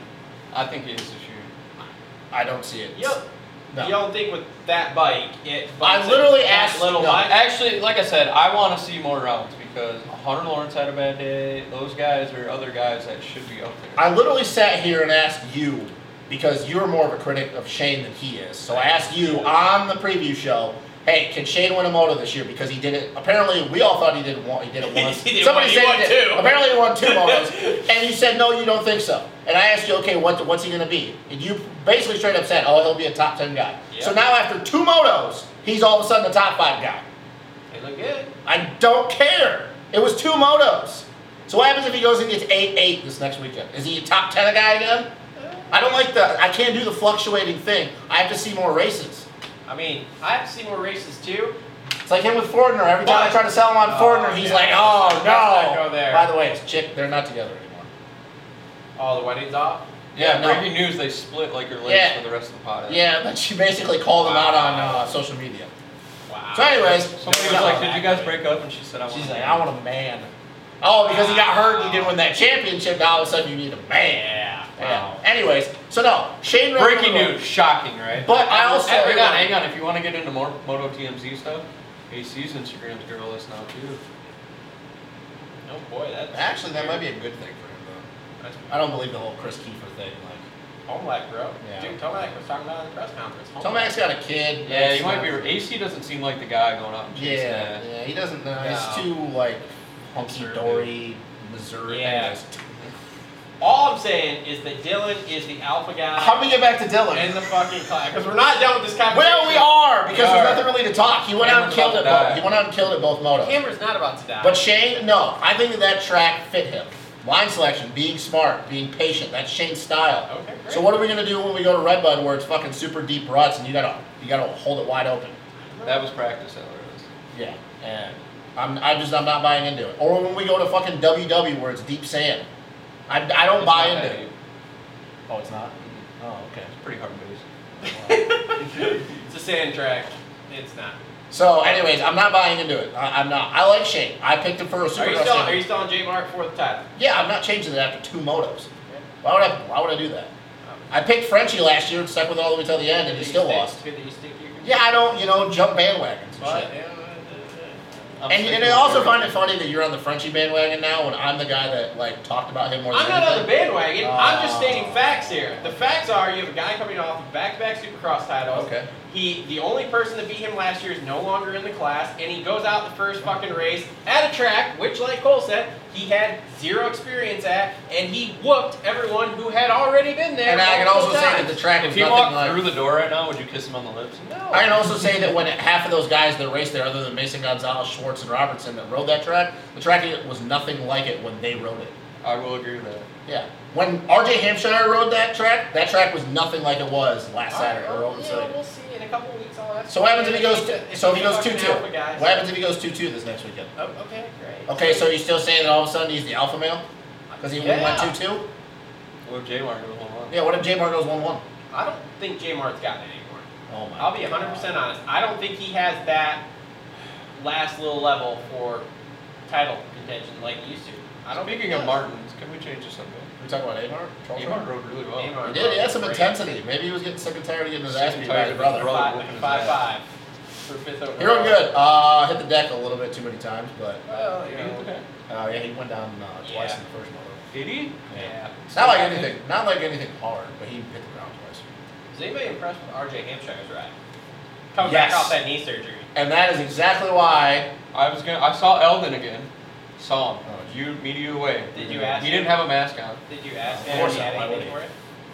I think he is this year. I don't see it. You don't, you No. don't think with that bike it. I bikes literally that asked- Little no. bike. Actually, like I said, I want to see more rounds because Hunter Lawrence had a bad day. Those guys are other guys that should be up there. I literally sat here and asked you because you're more of a critic of Shane than he is. So I asked you on the preview show, hey, can Shane win a moto this year? Because he did it. Apparently, we all thought he did it. One, he did it once. He did Somebody one, he said won he did. two. Apparently, he won two motos, and you said no, you don't think so. And I asked you, okay, what, what's he going to be? And you basically straight up said, oh, he'll be a top ten guy. So Yep. now after two motos, he's all of a sudden the top five guy. They look good. I don't care. It was two motos. So what happens if he goes and gets eight eight this next weekend? Is he a top ten guy again? I don't like the. I can't do the fluctuating thing. I have to see more races. I mean, I have to see more races too. It's like him with Fortner. Every time I try to sell him on Oh, Fortner, he's yeah. like, "Oh Let's not no." go there. By the way, it's chick. They're not together anymore. All Oh, the weddings off. Yeah, Yeah, no. breaking news, they split like her legs Yeah. for the rest of the pot. Yeah, but she basically called him out on Wow. uh, social media. Wow. So, anyways, Somebody was no. like, did you guys break up? And she said, I want she's like, "I want a man." Oh, because he got hurt and he didn't win that championship. Now all of a sudden, you need a man. Yeah. Yeah. Anyways, so no, Shane. Ray- Breaking news, shocking, right? But I also- hang on, hang on. If you want to get into more Moto TMZ stuff, AC's Instagram's girl list now too. Oh boy, that's Actually, that might be a good thing for him though. That's I don't believe the whole Chris Kiefer thing. Like, Tomac, bro. Yeah. Dude, Tomac was talking about it in the press conference. Tomac's got a kid. Yeah, That's you might not- be. uh, AC doesn't seem like the guy going out and chasing Yeah, that. yeah, he doesn't know. He's No. too like hunky dory, Missouri. Yeah. anyways. All I'm saying is that Dylan is the alpha guy How do we get back to in Dylan? the fucking class because we're not done with this conversation. Well, we are because We there's are. nothing really to talk. He went out and Cameron's killed it. about to Both. die. He went out and killed it both motos. Cameron's not about to die. But Shane, no, I think that that track fit him. Line selection, being smart, being patient—that's Shane's style. okay, great. So what are we gonna do when we go to Redbud where it's fucking super deep ruts and you gotta you gotta hold it wide open? That was practice. That was. Yeah, and I'm, I'm just I'm not buying into it. Or when we go to fucking WW where it's deep sand, I, I don't It's buy not into that it. deep. Oh, it's not. Oh, okay. It's pretty hard base. It's a sand track. It's not. So, anyways, I'm not buying into it. I, I'm not. I like Shane. I picked him for a Are super you still are you still on J Mark for the title? Yeah, I'm not changing it after two motos. Why would I? Why would I do that? I picked Frenchie last year and stuck with it all the way till the end, and he still lost. Good that you stick to your Yeah, I don't, you know, jump bandwagons and But, shit. yeah, uh, I'm And, sticking and I with also Jordan. find it funny that you're on the Frenchie bandwagon now when I'm the guy that like talked about him more uh, uh. than I'm not on the anything. bandwagon. I'm just Oh. stating facts here. The facts are you have a guy coming off of back-to-back Supercross titles. Oh, Okay. He, the only person that beat him last year is no longer in the class, and he goes out the first fucking race at a track, which, like Cole said, he had zero experience at, and he whooped everyone who had already been there. And I can also multiple say that times. the track If was he nothing walked like. through the door right now, would you kiss him on the lips? No. I can also say that when half of those guys that raced there, other than Mason Gonzalez, Schwartz, and Robertson, that rode that track, the track was nothing like it when they rode it. I will agree with that. Yeah. When RJ Hampshire rode that track, that track was nothing like it was last All right, Saturday or well, open yeah, Saturday. we'll see in a couple weeks. All that. So what happens if he goes? So if he goes two fucking two, alpha guys. what happens if he goes two two this next weekend? Oh, okay, great. Okay, so you're still saying that all of a sudden he's the alpha male because he Yeah. went two two? What if J Mark goes home Yeah. What if J Bar goes one one? I don't think J Mart's gotten it anymore. Oh my. I'll be 100 percent honest. I don't think he has that last little level for title contention like he used to. I don't. Speaking of Martins, can we change this subject? We talking about Amar? Charles J Amar? Mark rode really well. Neymar He did. He had some great. intensity. Maybe he was getting sick and tired of getting his Sick ass and beat tired by his of brother. his brother. Five, whooping his five, ass. five for fifth overall. He rode good. Uh, hit the deck a little bit too many times, but Well, you Yeah, know, okay. uh, yeah, he went down uh, twice Yeah. in the first moto. Did he? yeah. It's not like anything. Not like anything hard, but he hit the ground twice. Is anybody impressed with RJ Hampshire's ride? Coming Yes. back off that knee surgery. And that is exactly why I was gonna. I saw Eldon again. Saw him. Oh, you meet you away. Did you ask He didn't have a mask on. Did you ask Of him Uh, course if he not, had why would anything he? for it?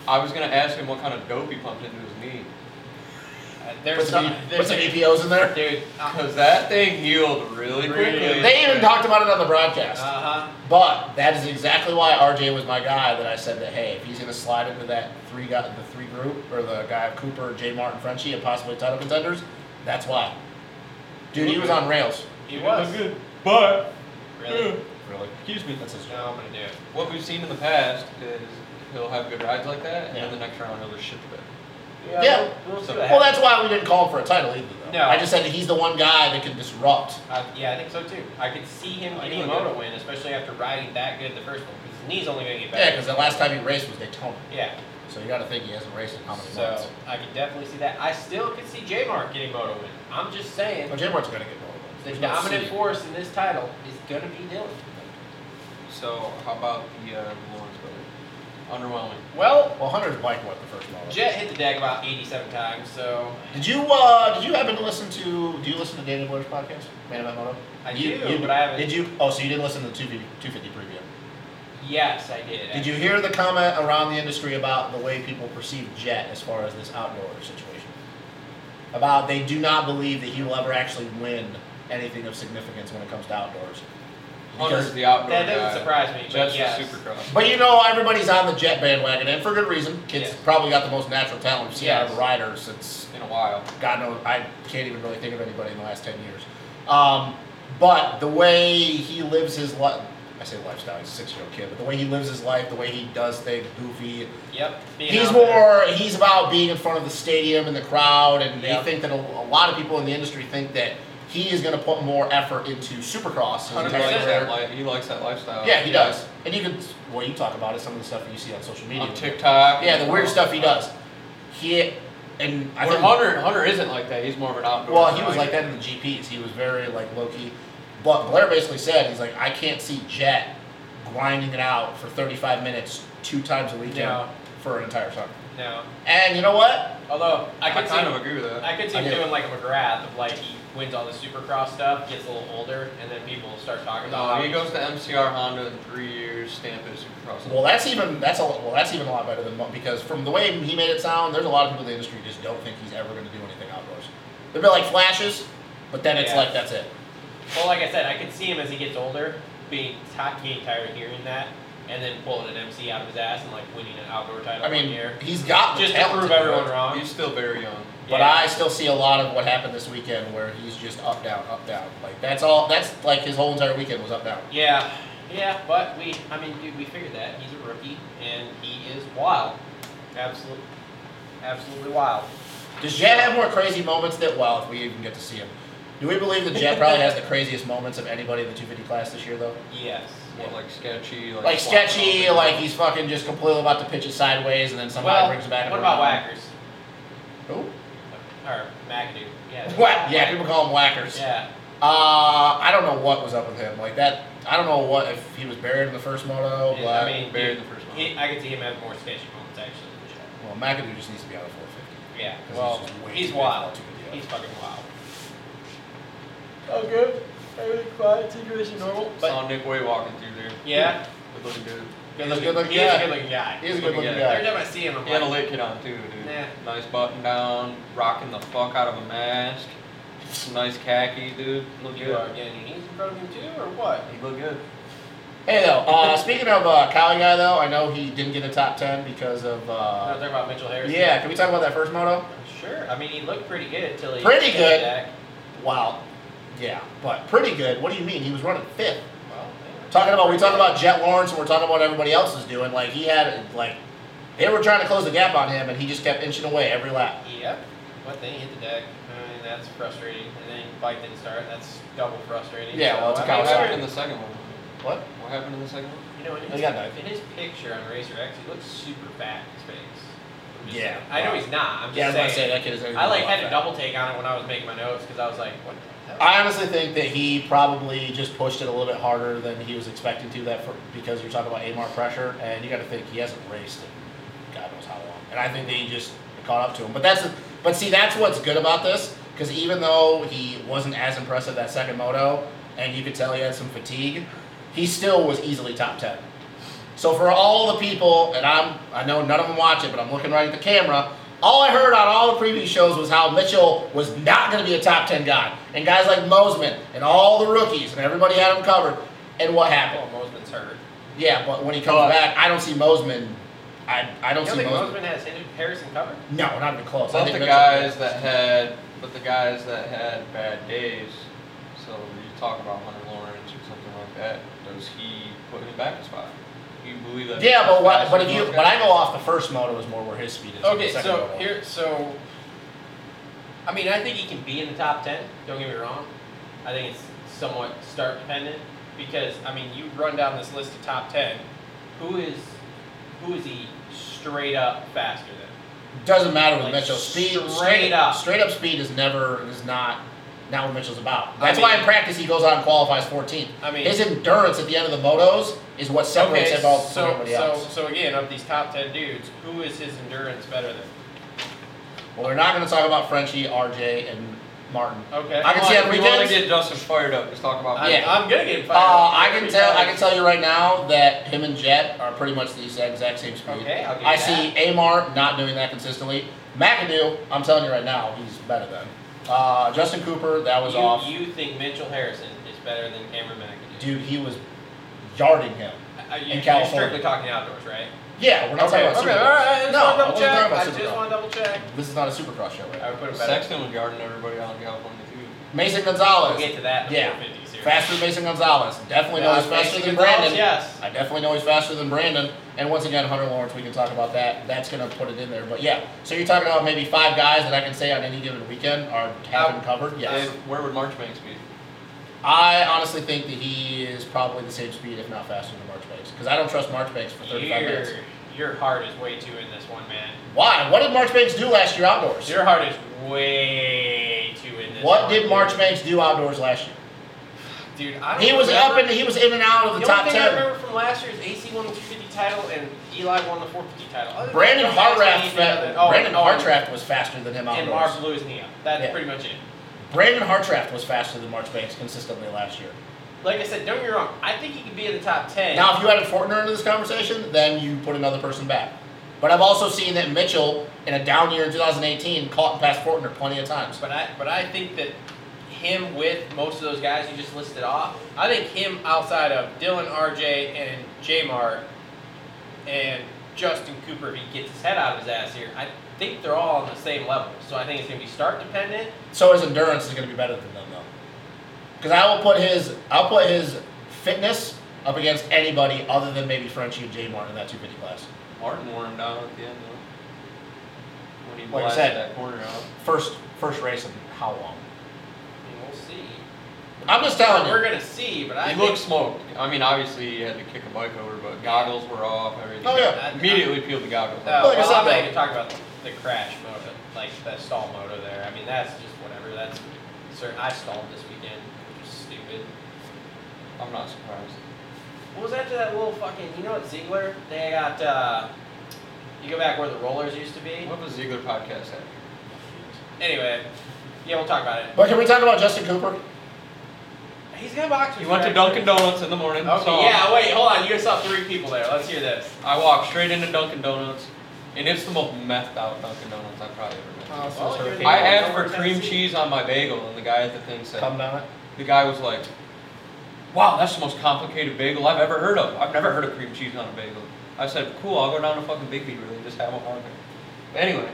I was gonna ask him what kind of dope he pumped into his knee. Uh, there's Put some, some. E- There's, put some EPOs in there. dude. Uh Cause that thing healed really Really? quickly. They even talked about it on the broadcast. huh. But that is exactly why RJ was my guy that I said that hey, if he's gonna slide into that three guy, the three group or the guy of Cooper, J. Martin, Frenchie, and possibly title contenders, that's why. Dude, he was on rails. He was. Hmm. good, but Really? Really? excuse me. That's his No, I'm gonna do it. What we've seen in the past is he'll have good rides like that, and Yeah. then the next round he'll just shit the bed. Yeah. We'll, we'll see So- what Well, happens. that's why we didn't call him for a title either. Though. No. I just said that he's the one guy that can disrupt. Uh, yeah, I think so too. I could see him Oh, getting you a look moto win, especially after riding that good the first one, because his knee's only gonna get Yeah, better. because the last time he raced was Daytona, Yeah. so you got to think he hasn't raced in how many So months. I could definitely see that. I still could see J Mark getting moto win. I'm just saying Well, J. Martin's gonna get the more. dominant force in this title is gonna be Dylan. So how about the uh, Lawrence brother? Underwhelming. Well, Well, Hunter's bike went the first moto. Jet hit the deck about 87 times, so Did you uh did you happen to listen to do you listen to Danny Blair's podcast? Man About Moto? I You- do, you- but I haven't. Did you oh so you didn't listen to the 250, 250 preview. Yes, I did. Did you hear the comment around the industry about the way people perceive Jet as far as this outdoor situation? About they do not believe that he will ever actually win anything of significance when it comes to outdoors. Hunter's Because- the outdoor That guy. doesn't surprise me, but uh, Jets yes. the supercross. But you know everybody's on the jet bandwagon and for good reason. Kid's Yes. probably got the most natural talent we've seen out of a Yes. rider since In a while. God knows, I can't even really think of anybody in the last 10 years. Um, but the way he lives his life, I say lifestyle, he's a six year old kid, but the way he lives his life, the way he does things, goofy. Yep. being He's out there. more, he's about being in front of the stadium and the crowd, and Yeah. they think that a, a lot of people in the industry think that he is going to put more effort into supercross. his Hunter entire likes career. that li- he likes that lifestyle. Yeah, he does. And you can, well, you talk about it, some of the stuff that you see on social media. On TikTok. Yeah, the weird stuff he does. He, and I Where think. Hunter Hunter isn't like that. He's more of an outdoor. Well, he was guy. like that in the GPs. He was very like low key. But Blair basically said he's like, I can't see Jet grinding it out for 35 minutes two times a weekend No. for an entire summer. No. And you know what? Although I I, could see kind of agree with that. I could see I him do. doing like a McGrath of like he wins all the supercross stuff, gets a little older, and then people start talking about No, how Um, he he's- goes to MCR Honda in three years, stamp it supercross. Well, that's even that's a well, that's even a lot better than mo- because from the way he made it sound, there's a lot of people in the industry just don't think he's ever going to do anything outdoors. They'll be like flashes, but then it's Yeah. like that's it. Well, like I said, I could see him as he gets older being hot, getting tired of hearing that, and then pulling an MC out of his ass and like winning an outdoor title I mean, one year. he's got the Just to talent prove do it. everyone wrong. He's still very young. But Yeah. I still see a lot of what happened this weekend where he's just up down up down like that's all that's like his whole entire weekend was up down. Yeah, yeah, but we, I mean, dude, we figured that he's a rookie and he is wild, absolutely, absolutely wild. Does Jet have more crazy moments that well if we even get to see him? Do we believe that Jet probably has the craziest moments of anybody in the 250 class this year, though? Yes. What, like sketchy, like, Like swap sketchy, something? like he's fucking just completely about to pitch it sideways, and then somebody well, brings it back. what and about around. Whackers? Who? Or McAdoo. Yeah. Whack. Yeah, people call him whackers. Yeah. Uh, I don't know what was up with him. Like that, I don't know what if he was buried in the first moto. Yeah, but, I mean, buried the first one. he, I could see him have more sketchy moments, actually. than Jack. well, McAdoo just needs to be out of 450. Yeah. 'cause Well, just way he's too big for wild. that 250. He's fucking wild. Oh, good. Everything quiet. Situation normal. But, Saw Nick Way walking through there. yeah. Good looking dude. He's a good-looking He is a guy. good looking guy. He's a good looking Yeah. Every guy. time I see him, I'm He had a like, lit kit on too, dude. Nah. Nice button down, rocking the fuck out of a mask. Some nice khaki, dude. Look you are good. getting your knees in front of him too, or what? He look good. Hey though, uh, speaking of uh, Cali guy though, I know he didn't get a top ten because of I'm uh, talking about Mitchell Harris. yeah. Can we talk about that first moto? Sure. I mean, he looked pretty good until he. Pretty came good. Back. Wow. Yeah, but pretty good. What do you mean? He was running fifth. Well, yeah. Talking about we talking about Jet Lawrence and we're talking about what everybody else is doing. Like he had like they were trying to close the gap on him and he just kept inching away every lap. Yep. But then he hit the deck. I mean, that's frustrating. And then bike didn't start. That's double frustrating. Yeah, So, well, it's a I What mean, Kawasaki. happened sorry. in the second one? What? What happened in the second one? You know, in They his, got that. in his picture on Racer X, he looks super fat in his face. I'm just Yeah. saying. I know he's not. I'm just Yeah, I was gonna say saying. that kid is. I like had a double take on it when I was making my notes because I was like, what the hell? I honestly think that he probably just pushed it a little bit harder than he was expecting to. That for, because you're talking about Amar pressure, and you got to think he hasn't raced in God knows how long. And I think that he just caught up to him. But that's but see that's what's good about this because even though he wasn't as impressive that second moto, and you could tell he had some fatigue, he still was easily top ten. So for all the people, and I'm I know none of them watch it, but I'm looking right at the camera. All I heard on all the preview shows was how Mitchell was not going to be a top ten guy, and guys like Mosman and all the rookies and everybody had him covered. And what happened? Well, Oh, Mosman's hurt. Yeah, but when he comes Oh. back, I don't see Mosman. I I don't You don't see think Mosman. Mosman has Hen- Harrison covered? No, not even close. I But think the Mitchell- guys that had, but the guys that had bad days. So you talk about Hunter Lawrence or something like that. Does he put him back a spot? Do you believe that? Yeah, but what? Faster But if than you, those but guys? I go off the first moto is more where his speed is. than Okay, the second so moto. here, so. I mean, I think he can be in the top ten. Don't get me wrong. I think it's somewhat start dependent because I mean, you run down this list of top ten. Who is, who is he straight up faster than? Doesn't matter with Like, Mitchell. Speed straight straight up. Straight up speed is never is not not what Mitchell's about. I That's why mean- in practice he goes out and qualifies 14th. I mean, His endurance at the end of the motos is what separates okay, him all from so everybody so else. so again, of these top ten dudes, who is his endurance better than? Well, we're not going to talk about Frenchie, RJ, and Martin. Okay, I can see Come on on, we want weekends- to get Dustin fired up. Let's talk about I'm, yeah. I'm gonna get Uh, fired. up. I can tell. I can tell you right now that him and Jet are pretty much the exact same speed. Okay, I'll give I you see Amar not doing that consistently. McAdoo, I'm telling you right now, he's better than. Uh, Justin Cooper, that that. was you, off. You think Mitchell Harrison is better than Cameron McAdoo? Dude, he was yarding him. Uh, you- in You're California. strictly talking outdoors, right? Yeah, we're not Okay, talking okay, about all right. I just want to No, I double wasn't talking check. about I Supercross. just want to double check. Supercross. This is not a supercross show, right? I would put it better. Sexton was yarding everybody out in California too. We'll Mason Gonzalez. get to that in the Yeah. 450 series. Faster than Mason Gonzalez. Definitely know he's Uh, faster than Gonzalez, Brandon. Yes. I definitely know he's faster than Brandon. And once again, Hunter Lawrence, we can talk about that. That's going to put it in there. But yeah, so you're talking about maybe five guys that I can say on any given weekend are have Um, him covered? Yes. And where would Marchbanks be? I honestly think that he is probably the same speed, if not faster than Marchbanks. Because I don't trust Marchbanks for 35 Your, minutes. your heart is way too in this one, man. Why? What did Marchbanks do last year outdoors? Your heart is way too in this. What one, did dude. Marchbanks do outdoors last year? Dude, I don't He was remember. up and he was in and out of the the top only thing I ten. remember from last year's AC won the 250 title and Eli won the 450 title. Other than Brandon that, I don't Hartraft, think anything other fa- than- oh, Brandon oh, and- Hartraft was faster than him And outdoors. Marv blew his knee up. That's Yeah. pretty much it. Brandon Hartraft was faster than March Banks consistently last year. Like I said, don't get me wrong. I think he could be in the top 10. Now, if you added Fortner into this conversation, then you put another person back. But I've also seen that Mitchell, in a down year in 2018, caught and passed Fortner plenty of times. But I, but I think that him with most of those guys you just listed off, I think him outside of Dylan, RJ, and Jamar, and Justin Cooper, if he gets his head out of his ass here, I think they're all on the same level. So I think it's going to be start dependent. So his endurance is going to be better than them, though. Because I will put his, I'll put his fitness up against anybody other than maybe Frenchie and J Martin in that 250 class. Martin wore him down at the end though. When he Like I blasted said. that corner out. First, first race in how I long? mean, we'll see. I'm just telling you. We're gonna see, but I He think- looked smoked. I mean, obviously he had to kick a bike over, but goggles were off. Everything. Oh, yeah. Oh, I- I- Immediately peeled the goggles. No, off. Like I well, said, I'm not though- even talking about the crash motor, like the stall motor there. I mean, that's just whatever. That's sir, I stalled this weekend, which is stupid. I'm not surprised. What was after that little fucking? You know what Ziegler? They got. uh You go back where the rollers used to be. What was Ziegler podcast after? Anyway, yeah, we'll talk about it. But can we talk about Justin Cooper? He's got boxers. He went to Dunkin' Donuts in the morning. Okay. saw him. Yeah. Wait. Hold on. You saw three people there. Let's hear this. I walked straight into Dunkin' Donuts, and it's the most methed out Dunkin' Donuts I've probably ever Oh, been. to. Well, you're the- I Hey, asked over for cream Tennessee. cheese on my bagel, and the guy at the thing said, Come down. the guy was like, "Wow, that's the most complicated bagel I've ever heard of. I've never heard of cream cheese on a bagel." I said, "Cool, I'll go down to fucking Bigby really and just have a hard one." But anyway,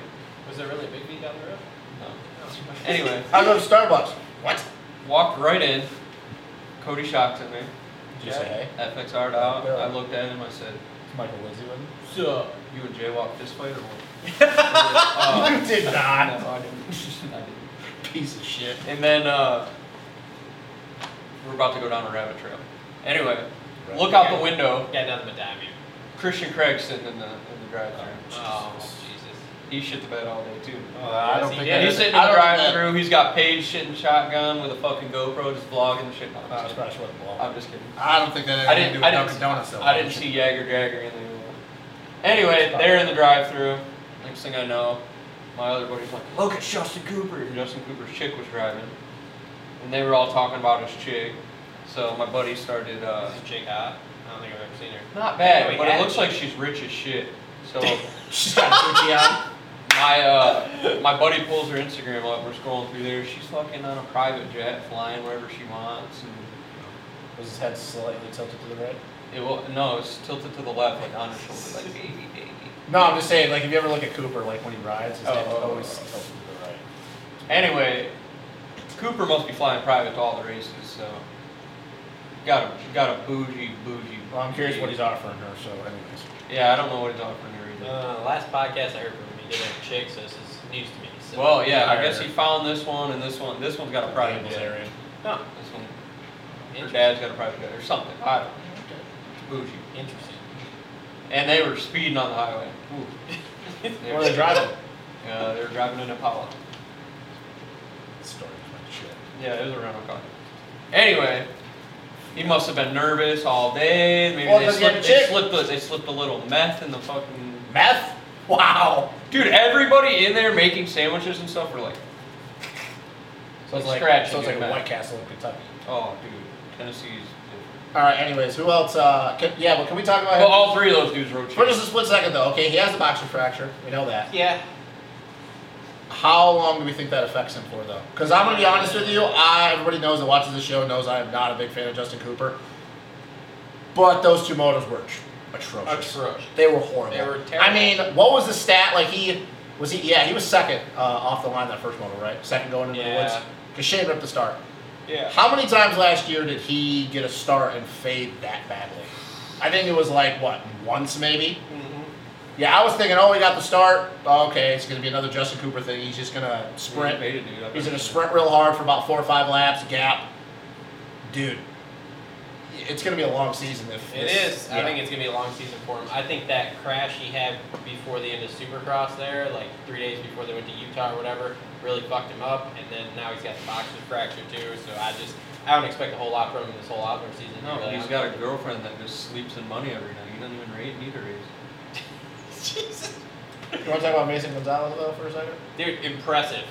Was there really a big beat down the road? no. No. Anyway, I go to Starbucks. What? walked right in. Cody shocked at me. Did you say hey? FXR'd out. I looked at him. I said, Michael Lindsay with "So you and Jay walked this way or what?" Uh, You did not. No, I didn't. I didn't. Piece of shit. And then uh, we're about to go down a rabbit trail. Anyway, look out the window. Got nothing but dime you. Christian Craig sitting in the in the drive-thru. Oh Jesus. He shit the bed all day too. Uh, I don't Yes, he think did. that he's is- sitting in I the don't think that- drive-thru. He's got Paige shitting shotgun with a fucking GoPro, just vlogging the shit. No, Uh, I'm, it's just probably short and long. kidding. I'm just kidding. I don't think that had I anything to do didn't. with I didn't. Dunkin' Donuts though. I didn't see Jagger Jagger in there. Anyway, they're in the drive-through. Next thing I know, my other buddy's like, "Look at Justin Cooper." And Justin Cooper's chick was driving, and they were all talking about his chick. So my buddy started. Uh, This is Jake Hot. I don't think I've ever seen her. not Oh, he bad, but had it looks a like she's rich as shit. So. She's got Gucci on. My uh, my buddy pulls her Instagram up. We're scrolling through there. She's fucking on a private jet, flying wherever she wants. And Was his head slightly tilted to the right? it will no, it's tilted to the left, like on her shoulder, like baby, baby. No, I'm just saying, like, if you ever look at Cooper, like, when he rides, his Oh, head's oh, oh. always tilted to the right. Anyway, Cooper must be flying private to all the races, so got a got a bougie, bougie. Well, I'm curious what he's offering her, so anyways. Yeah, I don't know what he's offering her either. Uh, last podcast I heard from him, he did have a chick, so this is news to me. So. well, yeah, I guess he found this one and this one. This one's got a private Gables jet. area. Huh. This one, her Interesting. dad's got a private jet or something. I don't know. Bougie. Interesting. And they were speeding on the highway. Ooh. They Where were are they driving? Uh, they were driving in Impala. Story like shit. Yeah, it was a rental car. Anyway, he must have been nervous all day. Maybe Well, they, does he have slipped, a they chick? slipped. the- They slipped a little meth in the fucking. Meth? Wow. Dude, everybody in there making sandwiches and stuff were like, So it's Like like, scratching so it's like your a back. White Castle in Kentucky. "Oh, dude, Tennessee's." Different. All right. Anyways, who else? Uh, can, yeah, but can we talk about Well, him? all three of those dudes wrote. For just a split second, though. Okay, he has a boxer fracture. We know that. Yeah. How long do we think that affects him for, though? Because I'm gonna be honest with you. I everybody knows that watches the show knows I am not a big fan of Justin Cooper. But those two motos were atro- atrocious. Atrocious. They were horrible. They were terrible. I mean, what was the stat? Like he was he? Yeah, he was second uh, off the line that first moto, right? Second going into Yeah. the woods. Cause Shane ripped the start. Yeah. How many times last year did he get a start and fade that badly? I think it was like what once maybe. Yeah, I was thinking, oh, he got the start. Oh, okay, it's gonna be another Justin Cooper thing. He's just gonna sprint. Beta dude. I He's bet. gonna sprint real hard for about four or five laps, gap. Dude, it's gonna be a long season if It this- is. yeah. I think it's gonna be a long season for him. I think that crash he had before the end of Supercross there, like three days before they went to Utah or whatever, really fucked him up. And then now he's got the boxer fracture too. So I just I don't expect a whole lot from him this whole outdoor season. No, really, he's I'm- got a girlfriend that just sleeps in money every night. He doesn't even rate neither raise. Jesus. You want to talk about Mason Gonzalez though for a second? Dude, impressive.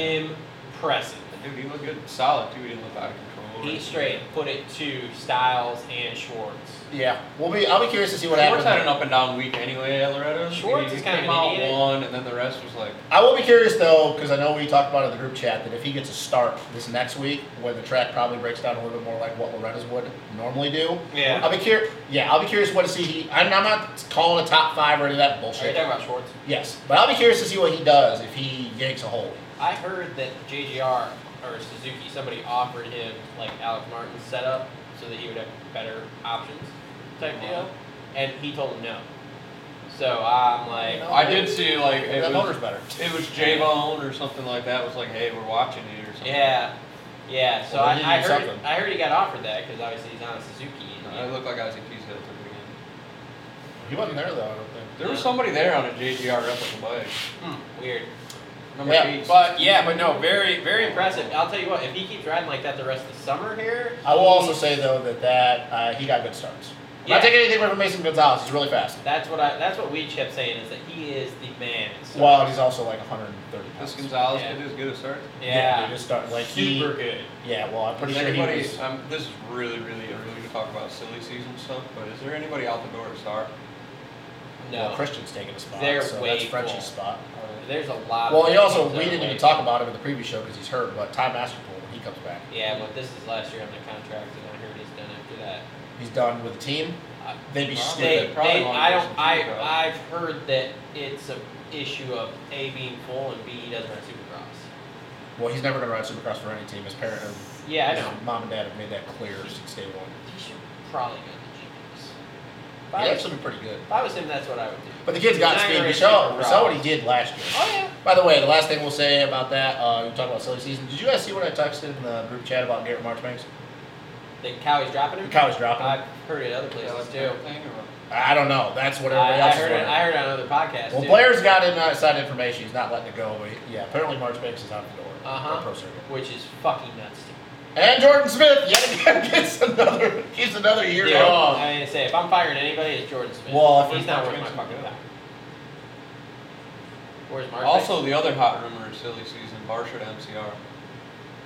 Impressive. Dude, he looked good, solid too. He didn't look out of control. He straight put it to Styles and Schwartz. Yeah, we'll be. I'll be curious to see what Schwartz happens. had an up and down week anyway at Loretto. Schwartz he is came kind of an out idiot. one, and then the rest was like, I will be curious though, because I know we talked about it in the group chat that if he gets a start this next week, when the track probably breaks down a little bit more like what Loretta's would normally do. Yeah. I'll be curious. Yeah, I'll be curious what to see. He, I'm, I'm not calling a top five or any of that Are you bullshit. talking about Schwartz? Yes, but I'll be curious to see what he does if he yanks a hold. I heard that JGR or Suzuki, somebody offered him like Alex Martin's setup so that he would have better options type Uh-huh. deal, and he told him no. So I'm like, No. I did see like it was, That motor's better. it was J Bone or something like that was like, hey, we're watching you or something. yeah, Yeah, so Well, I, you I need heard something. I heard he got offered that because obviously he's on a Suzuki. and I look like Isaac Keys had it again. He wasn't there though. I don't think. There was somebody there on a JGR replica bike. Uh-huh. hmm, weird. Number Yeah, eight. But yeah, but no, very very impressive. I'll tell you what, if he keeps riding like that the rest of the summer here, I will also say though that that uh, he got good starts. I'm Yeah. Not taking anything away from Mason Gonzalez. He's really fast. that's what I that's what we kept saying is that he is the man. So, Well, he's also like 130 this pounds. Gonzalez Yeah. could do as good a start. yeah, dude, just start like he. super good. Yeah, well, I'm pretty Is sure he anybody? was. Um, this is really, really early to talk about silly season stuff. But is there anybody out the door at Star? Well, No, Christian's taking a spot. They're so way that's full. Uh, Frenchie's spot. there's a lot. Well, of he also names we that didn't are even way- talk about him in the previous show because he's hurt, but Ty Masterpool when he comes back, Yeah, but this is last year on the contract, and I heard he's done after that. he's done with the team. I- They'd Probably. be Uh, They, stupid. Probably they, won't I do don't, some I, Supercross. I've heard that it's a issue of A being full and B he doesn't run Supercross. Well, he's never going to ride Supercross for any team. His parent, or Yeah, I his know. mom and dad have made that clear since day one. He should probably go to GMX. If He's I was, actually been pretty good. if I was him, that's what I would do. But the kid's got Nine speed. or We eight saw, we Supercross. saw what he did last year. Oh yeah. By the way, the last thing we'll say about that, uh, you talk about silly season. Did you guys see what I texted in the group chat about Garrett Marchbanks? That Cowie's dropping The him. college dropping. I've heard it other Yeah, places like too. that thing or what? I don't know. That's what everybody I, I else is heard it. wondering. I heard it on other podcasts. Well, too. Blair's got inside information. He's not letting it go. But he- yeah, apparently Marchbanks is out the door. Uh-huh. or Pro circuit. which is fucking nuts. Dude. And Jordan Smith yet again gets another gets another year Dude, off. I mean, say if I'm firing anybody, it's Jordan Smith. Well, if he's Where's not Mark worth my Benson fucking go? time. Where's Mark? Also, the other hot rumor is silly season. Barsha to MCR.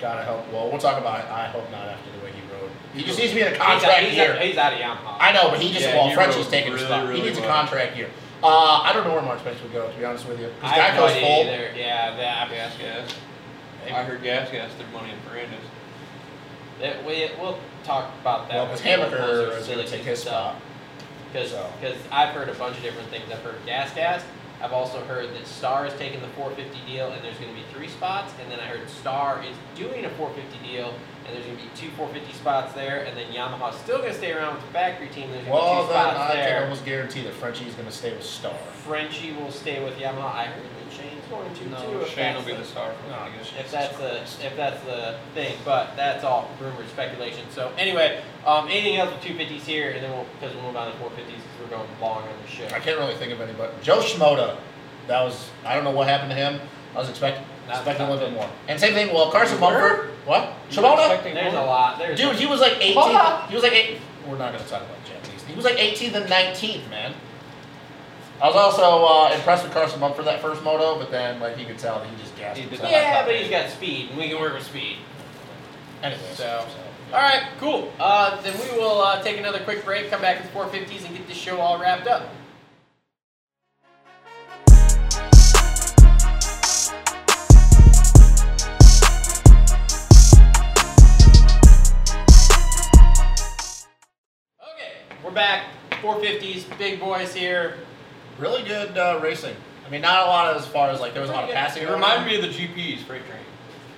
Gotta help. Well, we'll talk about. it. I hope not after the way he rode. He just He needs to be in a Benson? contract he's, year. Out, he's out of Yamaha. I know, but he just Yeah, well, he Frenchie's rode taking his really, spot. really he needs a well. contract year. Uh, I don't know where March Banks would go. To be honest with you, I because have no Geico's idea full. either. Yeah, that, I mean, Gas gas. Hey, I heard gas gas threw money at Brandis. that- we, we'll talk about that. Well, when because we get closer Hammaker to is going silly to take season his stuff. spot. Because So. uh, I've heard a bunch of different things. I've heard Gas Gas. I've also heard that Star is taking the 450 deal and there's going to be three spots. And then I heard Star is doing a 450 deal and there's going to be two 450 spots there. And then Yamaha's still going to stay around with the factory team. There's going to be Well, two then spots I can there. almost guarantee that Frenchie's going to stay with Star. Frenchie will stay with Yamaha. I heard that Shane's going to too. if Shane will that's be the star. No, I guess. if that's the if that's the thing, but that's all rumor speculation. So anyway, um, anything else with two fifties here, and then we'll because we'll move on to four fifties because we're going long on the show. I can't really think of anybody. Joe Schmoda, that was I don't know what happened to him. I was expecting Not expecting a little bit nothing. more. And same thing. Well, Carson Bumper. What? You were Shimoda. expecting There's a more? lot. There's Dude, he was like 18. Hold up. He was like eight. We're not gonna talk about Japanese. He was like 18th and 19th, man. I was also uh, impressed with Carson Bump for that first moto, but then like you could tell that he just gassed He did himself. not. yeah, but he's got speed, and we can work with speed. Anyway, So- so, All right, cool. Uh, then we will uh, take another quick break, come back with four fifties, and get this show all wrapped up. Okay, we're back. 450s, big boys here. really good uh, racing. I mean, not a lot as far as like there was a lot of Pretty good. passing. It going reminded on. me of the GPs freight train,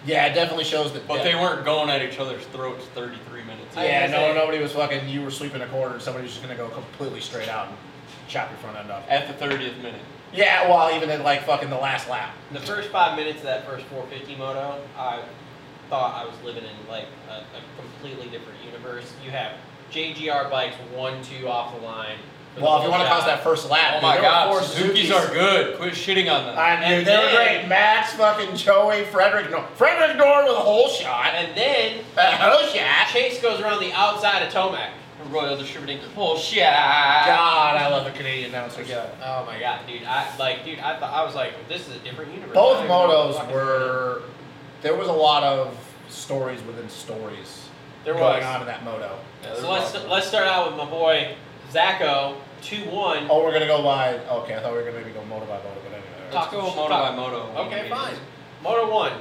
Yeah, it definitely shows that. but yeah. they weren't going at each other's throats 33 minutes. I Yeah, was no, gonna say- nobody was fucking. You were sweeping a corner, and somebody was just gonna go completely straight out and chop your front end off. At the 30th minute, Yeah, well, even at like fucking the last lap. The first five minutes of that first 450 moto, I thought I was living in like a, a completely different universe. You have JGR bikes one, two off the line. for the Well, if you whole want to cause shot. that first lap, oh dude, my there were God, four Suzuki's Suzukis. are good. Quit shitting on them. I knew And they then- were great. Max, fucking Joey, Frederick, Nor- Frederick Dorn with a whole shot. And then A whole shot. Chase goes around the outside of Tomac. Royal distributing. Oh shit. God, I love the Canadian announcer. Yeah. Oh my god, dude! I like, dude, I thought I was like, this is a different universe. I Both don't know what the motos fuck is going on. were. There was a lot of stories within stories There going was. on in that moto. Yeah, So let's let's start out with my boy Zacho, two one. Oh, we're gonna go by. Okay, I thought we were gonna maybe go moto by moto, but anyway. Talk- Let's go moto talk- by moto. Okay, fine. Moto one.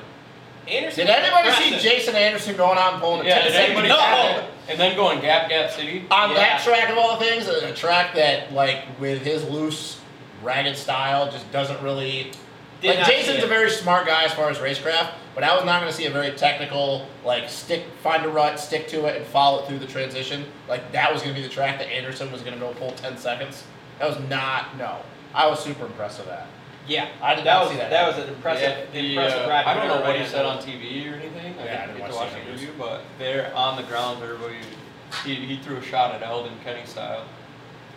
Anderson. Did anybody Impressive. see Jason Anderson going out and pulling a Yeah, 10 did anybody? no! And then going Gap Gap City. On Yeah. that track of all things, a track that like with his loose, ragged style just doesn't really. Did like not see Jason's it. a very smart guy as far as racecraft, but I was not going to see a very technical like stick, find a rut, stick to it, and follow it through the transition. Like that was going to be the track that Anderson was going to go pull ten seconds. That was not no. I was super impressed with that. Yeah. I did That not was see that, that. was an impressive, the, impressive uh, ride. I don't know what he Right. said on TV or anything. I Yeah, I didn't didn't get watch to the watch the interviews. interview, but there on the ground, everybody, he, he threw a shot at Eldon Kenny style.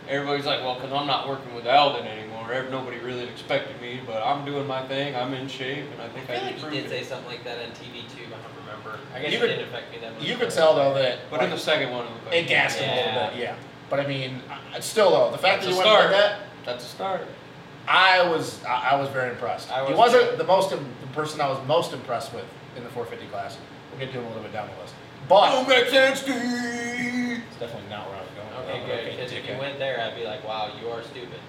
Everybody's like, well, because I'm not working with Eldon anymore. ev- Nobody really expected me, but I'm doing my thing. I'm in shape, and I I think feel I, like can he prove did it. say something like that on TV too. but I don't remember. I guess You it could- didn't affect me that much. You could tell though that But in the like, second one, it, looked like it gassed him a Yeah. little bit. Yeah. But I mean, I- it's still though the fact That's that a you went like start. that, That's a start. I was I, I was very impressed. I he was- wasn't the most im- the person I was most impressed with in the 450 class. We'll get to him a little bit down the list, but make sense to you. it's definitely not where I was going. with Oh, Okay, that. good. Because if you dickhead. went there, I'd be like, wow, you are stupid.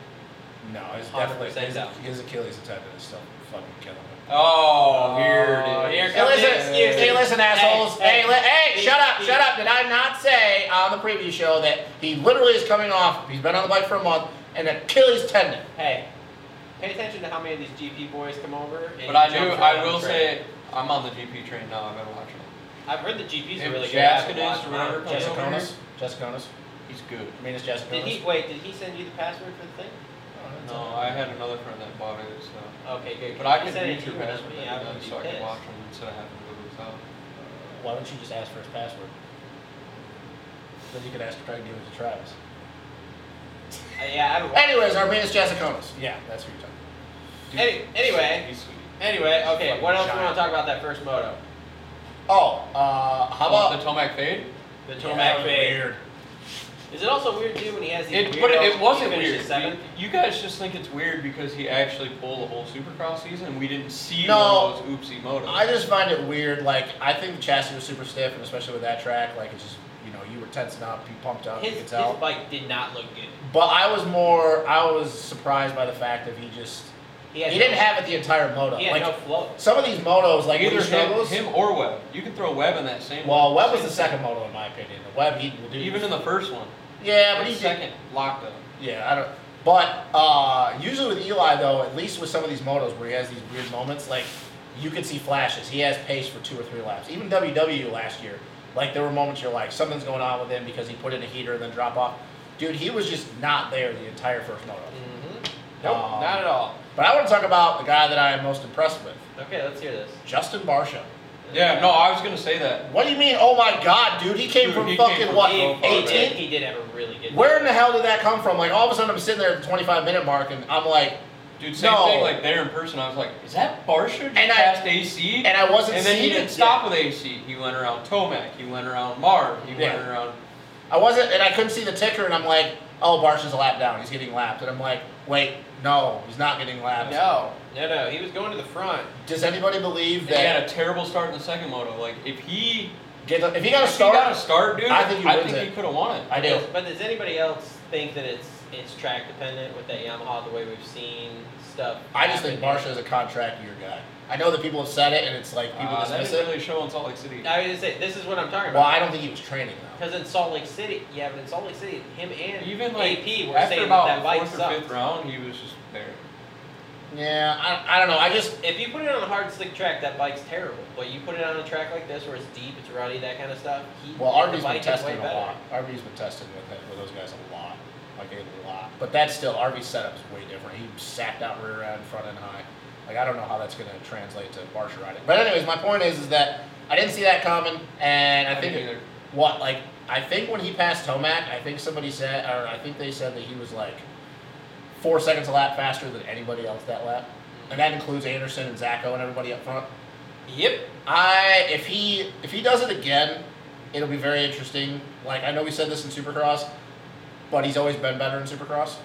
no, it's 100% definitely down. his, his Achilles tendon is still fucking killing him. Oh, here it is. Here Hey, comes listen, it. hey, listen, assholes. Hey, Hey, hey, hey. hey shut up, shut up. Did I not say on the preview show that he literally is coming off, he's been on the bike for a month, an Achilles tendon? Hey, pay attention to how many of these GP boys come over. And But I he do. jumps right I on will the train. say, I'm on the GP train now. I gotta watch it. I've heard the GPs are If really good. Jask I haven't it is, watched or mine. whatever, comes Jask- Jessica over here? Onis? Jessica Onis? He's good. I mean, it's Jessica Did Onis. Oh, he wait? Did he send you the password for the thing? No, I had another friend that bought it, so. Okay, good. But I He can sent it read to your you, password yeah, every I night, would be so I can pissed. watch them instead of having to go to his house. Why don't you just ask for his password? Then you could ask to try to give it to Travis. Uh, yeah, I haven't watched. Anyways, our man is Jessica Onis. Yeah, that's who you're Any, talking anyway, He's sweet. anyway, okay. What else do we want to Giant. talk about that first moto? about. Oh, uh, how Oh, about the Tomac fade? The Yeah, Tomac fade. Weird. Is it also weird too when he has these It, weird? but it, it wasn't finishes weird. Seventh? You, you guys just think it's weird because he actually pulled the whole Supercross season, and we didn't see one No. of those oopsie motos. I just find it weird. Like, I think the chassis was super stiff, and especially with that track, like, it's just, you know, you were tensing up, you pumped up, His, you could his tell. bike did not look good. But I was more, I was surprised by the fact that he just, He, had he no- didn't have it the entire moto. He had Like, no flow. some of these motos, like either him, either struggles. him or Webb. You can throw Webb in that same. Well, Webb was the second moto in my opinion. The Webb, he will do. Even in the first one. yeah, but The he did. second locked up. Yeah, I don't. But uh, usually with Eli though, at least with some of these motos where he has these weird moments, like you can see flashes. He has pace for two or three laps. Even WW last year, like there were moments you're like something's going on with him because he put in a heater and then drop off. Dude, he was just not there the entire first moto. Nope, Um, not at all. But I want to talk about the guy that I am most impressed with, Okay, let's hear this. Justin Barsha. Yeah, no, I was gonna say that. What do you mean? Oh my God, dude, he came Dude, from he came fucking from what? he, so far, he 18th? did. He did have a really good. Where in the hell did that come from? Like all of a sudden I'm sitting there at the 25 minute mark and I'm like, Dude, same No. thing like there in person. I was like, is that Barsha just And I- past AC? and I wasn't And then seated. he didn't stop with AC. He went around Tomac. He went around Marv. He went Yeah. around. I wasn't, and I couldn't see the ticker and I'm like, oh, Barsh is a lap down. He's getting lapped, and I'm like, wait, no, he's not getting lapped. No, no, no. He was going to the front. Does anybody believe And he had that? a terrible start in the second moto. Like if he Get the, if he if got a start, he got a start, dude, I think he wins it. he could have won it. I do. But does anybody else think that it's it's track dependent with that Yamaha the way we've seen stuff? I just think happen Barsh is a contract year guy. I know that people have said it, and it's like people Uh, that dismiss didn't it. really show in Salt Lake City. here? I was gonna say this is what I'm talking Well, about. I don't think he was training though. Because in Salt Lake City, yeah, but in Salt Lake City, him and Even like AP were after saying about that that the bike fourth or sucked. fifth round, he was just there. Yeah, I, I don't know. I just If you put it on a hard slick track, that bike's terrible. But you put it on a track like this where it's deep, it's rutty, that kind of stuff. He, Well, the RV's been bike is way testing a better. lot. RV's been testing with, it- with those guys a lot, like a lot. But that's still RV's setup is way different. He sacked out rear end, front end high. Like I don't know how that's going to translate to Barsha riding. But anyways, my point is is that I didn't see that coming, and I think didn't either. what like I think when he passed Tomac, I think somebody said, or I think they said that he was like four seconds a lap faster than anybody else that lap, and that includes Anderson and Zacho and everybody up front. Yep. I if he if he does it again, it'll be very interesting. Like I know we said this in Supercross, but he's always been better in Supercross.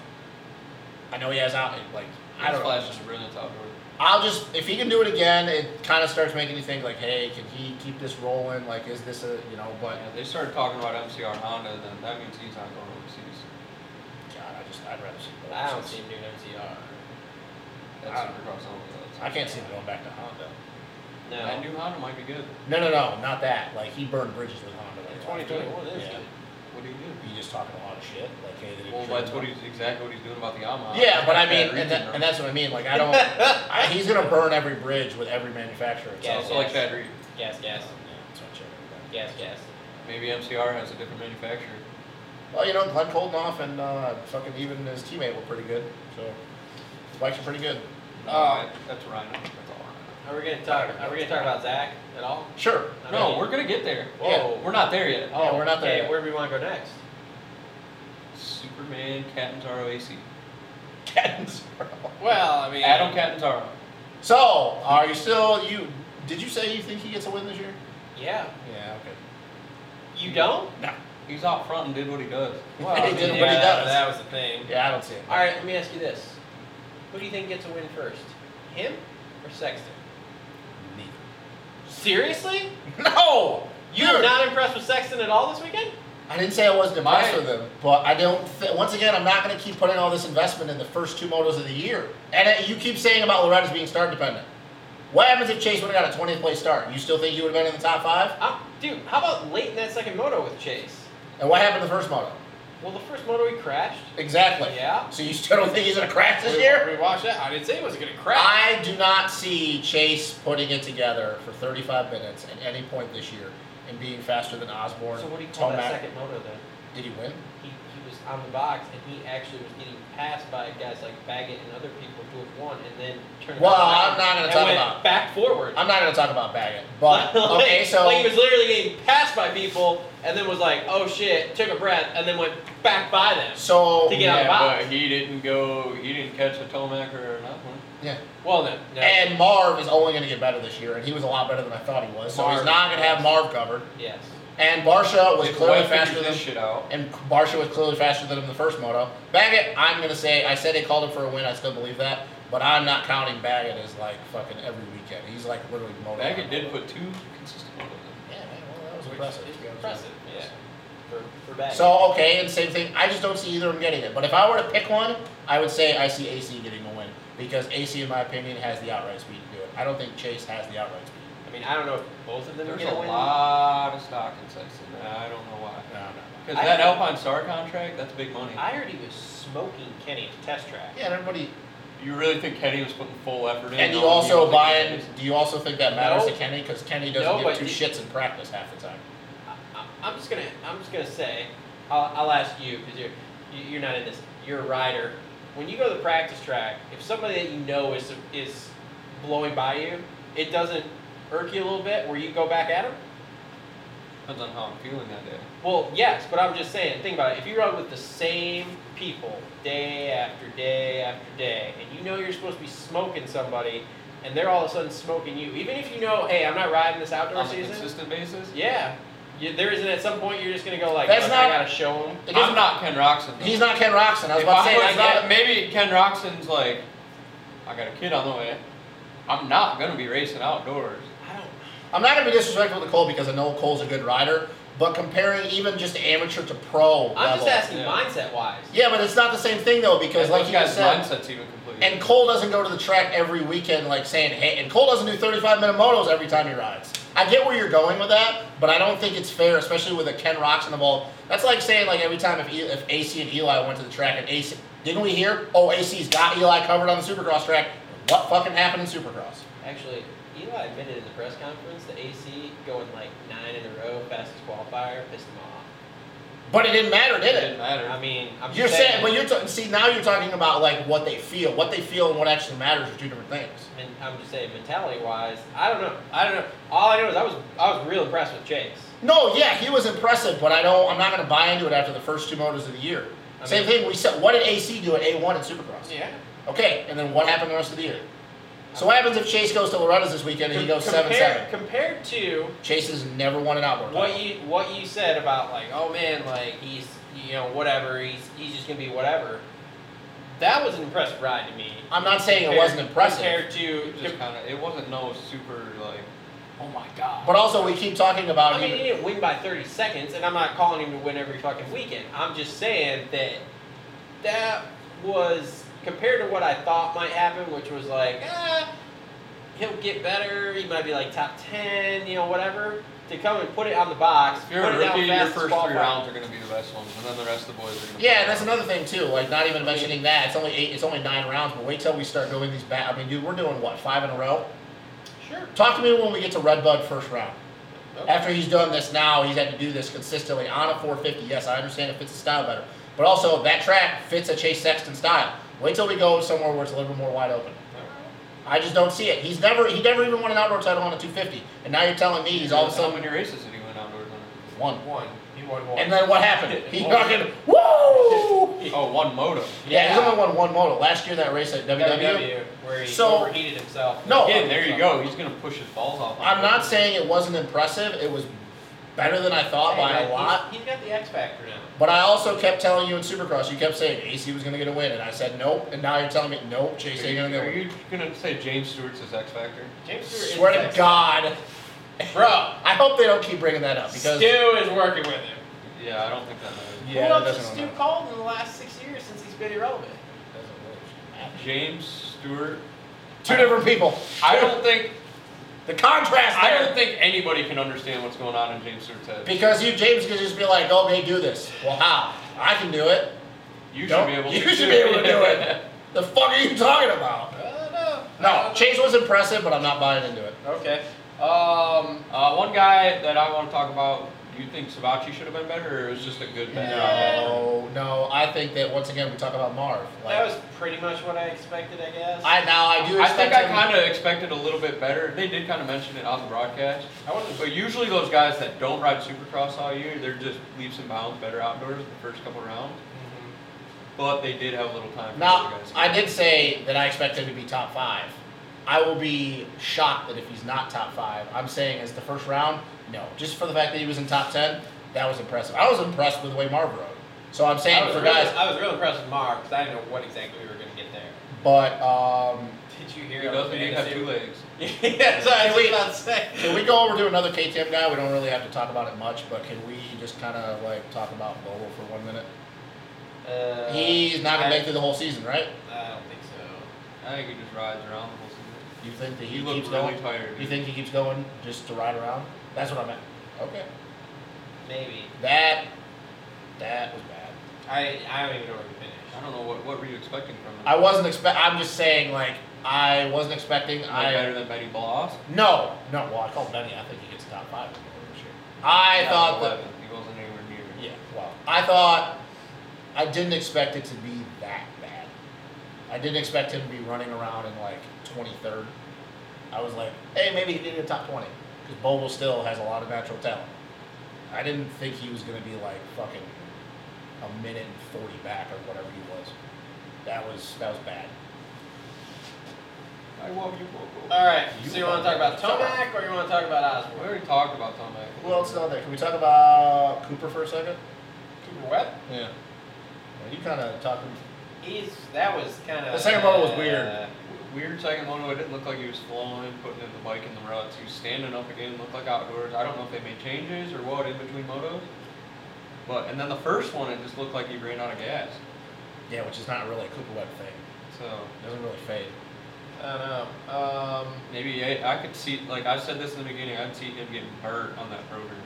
I know he has out like I don't know. Splash just ruined the top order. I'll just if he can do it again, it kind of starts making you think like, hey, can he keep this rolling? Like, is this a you know? But Yeah, they started talking about MCR Honda, then that means he's not going overseas. God, I just I'd rather see. Bolt I don't since- see him doing MCR. That's I- Supercross only. I can't see him going back to Honda. No. That new Honda might be good. No, no, no, not that. Like he burned bridges with Honda. Like, Twenty twenty one is Yeah. good. What do you do? He just talking a lot of shit. Like, hey, they didn't Well, train that's him. what he's exactly what he's doing about the Yamaha. Yeah, but I That mean, region, and, that, bro. and that's what I mean. Like, I don't. I, he's gonna burn every bridge with every manufacturer. It Yeah, sounds yeah. also like. like that. Re- Gas, gas, Yeah, that's what I'm sure about. gas, gas. maybe MCR has a different manufacturer. Well, you know, Glenn Koldenhoff and uh, fucking even his teammate were pretty good. So his bikes are pretty good. Uh, that's Rhino. That's all Rhino. Are we gonna talk? Are we gonna talk about Zach at all? Sure. No, we're gonna get there. Whoa. We're not there yet. Oh, Yeah, we're not there okay, yet. Where do we want to go next? Superman Catantaro AC. Catantaro. Well, I mean, Adam Catantaro. So, are you still you? Did you say you think he gets a win this year? Yeah. Yeah. Okay. You don't? He's out front and did what he does. Well, He did, but he yeah, does. That was the thing. Yeah, I don't see it. All right, let me ask you this: Who do you think gets a win first, him or Sexton? Seriously? No. You Dude. were not impressed with Sexton at all this weekend? I didn't say I wasn't impressed My- with them, but I don't. Th- once again, I'm not going to keep putting all this investment in the first two motos of the year. And uh, you keep saying about Loretta's being start dependent. What happens if Chase would have got a 20th place start? You still think he would have been in the top five? Uh, dude, how about late in that second moto with Chase? And what happened in the first moto? Well, the first moto he crashed. Exactly. Yeah. So you still don't think he's going to crash this We- year? We watched that. I didn't say he was gonna crash. I do not see Chase putting it together for 35 minutes at any point this year and being faster than Osborne. so what do you call that Tomac. second moto then? Did he win? He, he was on the box and he actually was getting passed by guys like Baggett and other people who have won and then turned. Well, around I'm not gonna and talk went about- back forward. I'm not going to talk about Baggett, but Like- okay, so like he was literally getting passed by people and then was like, oh shit, took a breath and then went back by them. so To get out of box. but he didn't go. He didn't catch a Tomac or nothing. yeah. Well, no, no. And Marv is only going to get better this year, and he was a lot better than I thought he was. So he's Marv. not going to have Marv covered. yes. And Barsha was If clearly Webb faster figures than this shit out. and Barsha was clearly faster than him in the first moto. Baggett, I'm going to say I said they called him for a win. I still believe that, but I'm not counting Baggett as like fucking every weekend. He's like literally moto. Baggett did put two consistent ones in. Yeah, man, well, that was Which impressive. is Yeah, it was impressive, yeah. For, for Baggett. So okay, and same thing. I just don't see either of them getting it. But if I were to pick one, I would say I see AC getting the win because AC, in my opinion, has the outright speed to do it. I don't think Chase has the outright speed. I mean, I don't know if both of them There's get a a win. lot of stock in Sexton. and I don't know why. No, no. Because I- that Alpine Star contract, that's big money. I heard he was smoking Kenny at the test track. Yeah, and everybody. You really think Kenny was putting full effort in? And you No, you also don't think he buy. is. Do you also think that matters No. to Kenny? Because Kenny doesn't No, give but two he- shits in practice half the time. I, I'm just gonna I'm just gonna say I'll, I'll ask you because you're you- you're not in this. You're a rider. When you go to the practice track, if somebody that you know is is blowing by you, it doesn't irk you a little bit where you go back at him. Depends on how I'm feeling that day. Well, yes, but I'm just saying. Think about it. If you ride with the same people day after day after day, and you know you're supposed to be smoking somebody, and they're all of a sudden smoking you, even if you know, hey, I'm not riding this outdoor On a season. consistent basis? Yeah. You, there isn't at some point you're just gonna go like, That's "Look, I not- gotta show him. It I'm doesn't- not Ken Roxon. though. He's not Ken Roxon. I If was about to I say. was I get not- it. maybe Ken Roxon's like, I got a kid on the way. I'm not gonna be racing outdoors. I don't. I'm not gonna be disrespectful to Cole because I know Cole's a good rider, but comparing even just amateur to pro I'm just level- asking Yeah. mindset wise. Yeah, but it's not the same thing though because And like those you guys' just said, mindset's even completely. and Cole doesn't go to the track every weekend like saying hey, and Cole doesn't do 35 minute motos every time he rides. I get where you're going with that, but I don't think it's fair, especially with a Ken Roxon of all. That's like saying like every time if E- if AC and Eli went to the track and AC didn't we hear? Oh, AC's got Eli covered on the Supercross track. What fucking happened in Supercross? Actually, Eli admitted in the press conference the AC going like nine in a row, fastest qualifier, pissed him off. But it didn't matter, it did it? didn't matter. I mean, I'm You're just saying, but you're ta- see now you're talking about like what they feel, what they feel, and what actually matters are two different things. men- I'm just saying mentality wise. I don't know. I don't know. All I know is I was I was real impressed with Chase. No, yeah, he was impressive, but I don't. I'm not going to buy into it after the first two motos of the year. I Same mean- thing. We said, what did AC do at A1 at Supercross? Yeah. Okay, and then what happened the rest of the year? So what happens if Chase goes to Loretta's this weekend and he goes seven seven? Compared to Chase has never won an outboard. what title. you what you said about like oh man like he's you know whatever he's he's just gonna be whatever. That was an impressive ride to me. I'm not saying it Compared- wasn't impressive, Compared It was to just kinda, it wasn't no super like, oh my god. but also we keep talking about. I mean, he even- didn't win by 30 seconds, and I'm not calling him to win every fucking weekend. I'm just saying that that was compared to what I thought might happen, which was like, ah, he'll get better. He might be like top 10, you know, whatever. To come and put it on the box, If you're put a it down rookie, your fast first ball three fire. rounds are gonna be the best ones, and then the rest of the boys are gonna. yeah, fall and that's out. another thing too. Like not even mentioning that. It's only eight. It's only nine rounds. But wait till we start doing these back. I mean, dude, we're doing what five in a row. Sure. Talk to me when we get to Red Bud first round. After he's done this now, he's had to do this consistently on a 450. Yes, I understand it fits his style better. But also, that track fits a Chase Sexton style. Wait till we go somewhere where it's a little bit more wide open. I just don't see it. He's never he never even won an outdoor title on a 250, and now you're telling me he's all of a How sudden many races did he win outdoors on? one. One. He won one. And then what happened? He Oh. fucking woo! Oh, one moto. Yeah, he's Yeah. only won one moto last year. That race at WW. WW, E, where he E. So- overheated himself. No, Again, there you go. He's gonna push his balls off. on I'm not purpose. saying it wasn't impressive. It was better than I thought Hey, by man, a lot. He's, he's got the X factor now. But I also kept telling you in Supercross, you kept saying AC was going to get a win, and I said nope. And now you're telling me nope, Chase Are ain't you, going to get are a win. you gonna say James Stewart's his X Factor? James Stewart is Swear the to X God, factor. bro. I hope they don't keep bringing that up because Stu is working with him. Yeah, I don't think that matters. yeah, What that else has doesn't. Stu Really matter. called in the last six years since he's been irrelevant? James Stewart. Two different people. I don't think The contrast I there. don't think anybody can understand what's going on in James Stewart's head. because you James could just be like, oh, they do this. Well, how? I can do it. You should Don't- be able. you to should be able to do it. The fuck are you talking about? Uh, No, Chase was impressive, but I'm not buying into it. Okay. Um, uh, one guy that I want to talk about. You think Savachi should have been better, or it was just a good bad? No, no. I think that once again we talk about Marv. That Like, was pretty much what I expected, I guess. I now I do. I think Expect I him- kind of expected a little bit better. They did kind of mention it on the broadcast. I wasn't. But usually those guys that don't ride Supercross all year, they're just leaps and bounds better outdoors the first couple rounds. But they did have a little time. for Now, those guys. I did say that I expect him to be top five. I will be shocked that if he's not top five. I'm saying as the first round, no. Just for the fact that he was in top ten, that was impressive. I was impressed with the way Marv rode. So I'm I saying was for really- guys, I was real impressed with Mark because I didn't know what exactly we were going to get there. but um, Did you He hear? does, but on he have fantasy? two legs. yeah, so I was just about to say. can we go over to another KTM guy? We don't really have to talk about it much, but can we just kind of like talk about Bobo for one minute? Uh, He's not gonna I- make it through the whole season, right? I don't think so. I think he just rides around the whole season. You think that He he, keeps looked really going? tired. You dude. think he keeps going just to ride around? That's what I meant. Okay. Maybe. That that was bad. I I don't even know where to I finish. don't know what what were you expecting from him. I wasn't expect. I'm just saying, like, I wasn't expecting. Like I better than Betty Bloss. no, no. Well, I called Benny. I think he gets top five in the world this year. I thought that. he wasn't anywhere near. Yeah. Well, I thought I didn't expect it to be that bad. I didn't expect him to be running around in like 23rd. I was like, hey, maybe he did a top 20 because Bobo still has a lot of natural talent. I didn't think he was going to be like fucking a minute and 40 back or whatever he was. That was that was bad. I love you, Coco. All right. You so you want to talk about fucking- Tomac or you want to talk about Osborne? We already talked about Tomac. Who else is out there? Can we talk about Cooper for a second? Cooper Webb. Yeah. Well, you kind of talking. He's that was uh, kind of The second bubble was weird. Weird second moto. It didn't look like he was flowing, putting in the bike in the ruts. He was standing up again. Looked like outdoors. I don't know if they made changes or what in between motos. But and then the first one, it just looked like he ran out of gas. Yeah, which is not really a Cooper Webb thing. So It doesn't really fade. I don't know. Um, maybe I, I could see, like I said this in the beginning, I'd see him getting burnt on that program.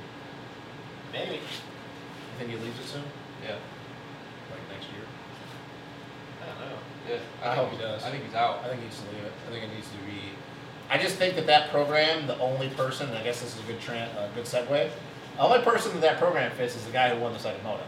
maybe. You think he leaves it soon? Yeah, Like next year? I don't know. yeah. I think hope he he's- does. I think he's out. I think he needs to leave it. I think it needs to be. I just think that that program, the only person, and I guess this is a good tran uh, good segue. The only person that that program fits is the guy who won the second moto.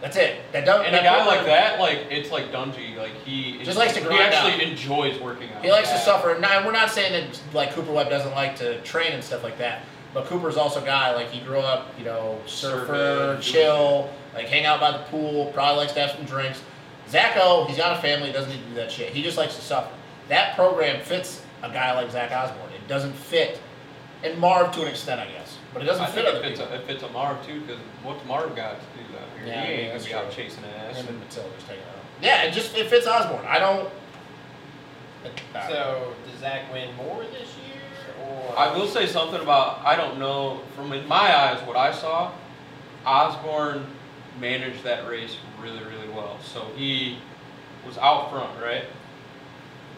That's it. That don't. And a guy like that, like it's like Dungy, like he Just likes to he grind actually out. enjoys working out. He likes to Yeah. suffer. And I- we're not saying that like Cooper Webb doesn't like to train and stuff like that. But Cooper's also a guy like he grew up, you know, surfer, Surfing, chill, like hang out by the pool. Probably likes to have some drinks. Zacho, he's got a family. He doesn't need to do that shit. He just likes to suffer. That program fits a guy like Zach Osborne. It doesn't fit, and Marv to an extent, I guess, but it doesn't I fit think other it fits, people. a, it fits a Marv too, because what's Marv got to do out here? he Yeah, ain't yeah, gonna that's be out true. chasing ass. Him and Matilda's taking it out. Yeah, it just it fits Osborne. I don't. I don't know. So does Zach win more this year or? I will say something about I don't know from in my eyes what I saw. Osborne managed that race really really well. So he was out front, right?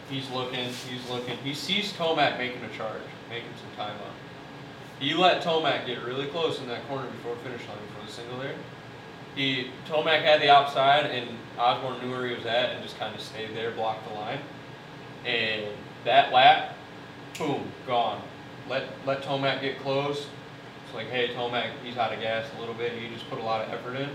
He's looking, he's looking. He sees Tomac making a charge, making some time up. He let Tomac get really close in that corner before finish line before the single there. He Tomac had the outside and Osborne knew where he was at and just kind of stayed there, blocked the line. And that lap, boom, gone. Let let Tomac get close. It's like, hey, Tomac, he's out of gas a little bit. He just put a lot of effort in.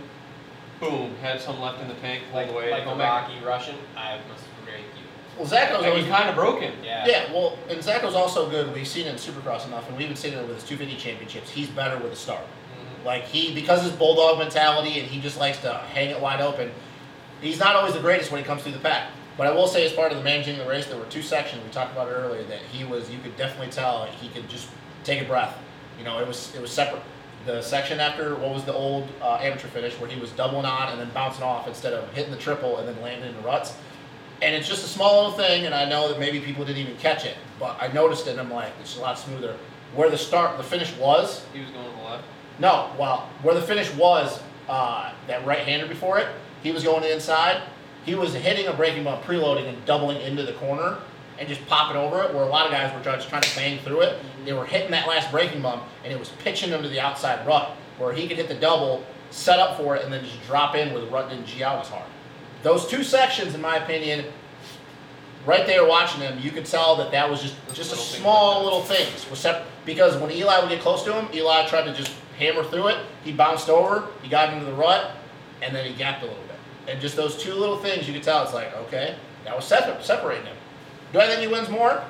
Boom, had some left in the tank, pulled like away. like a Tomac Rocky Russian. I must rank you. Well, Zacho's And always he kind of broke him. Yeah. Yeah, well, and Zacho's also good. We've seen it in Supercross enough, and we've even seen it with his 250 championships. He's better with a start. Like he, because his bulldog mentality, and he just likes to hang it wide open. He's not always the greatest when he comes through the pack. But I will say, as part of the managing the race, there were two sections we talked about it earlier that he was. You could definitely tell he could just take a breath. You know, it was it was separate. The section after what was the old uh, amateur finish where he was doubling on and then bouncing off instead of hitting the triple and then landing in the ruts. And it's just a small little thing, and I know that maybe people didn't even catch it, but I noticed it, and I'm like, it's a lot smoother. Where the start, the finish was, He was going to the left. no, well, where the finish was, uh, that right-hander before it, he was going inside. He was hitting a breaking bump, preloading, and doubling into the corner, and just popping over it. Where a lot of guys were just trying to bang through it. They were hitting that last breaking bump, and it was pitching them to the outside rut, where he could hit the double, set up for it, and then just drop in where the rut didn't G out as hard. Those two sections, in my opinion, right there watching him, you could tell that that was just just a Little things small like that. little things. Was sep- because when Eli would get close to him, Eli tried to just hammer through it. He bounced over, he got into the rut, and then he gapped a little bit. And just those two little things, you could tell it's like, okay, that was separ- separating him. Do I think he wins more?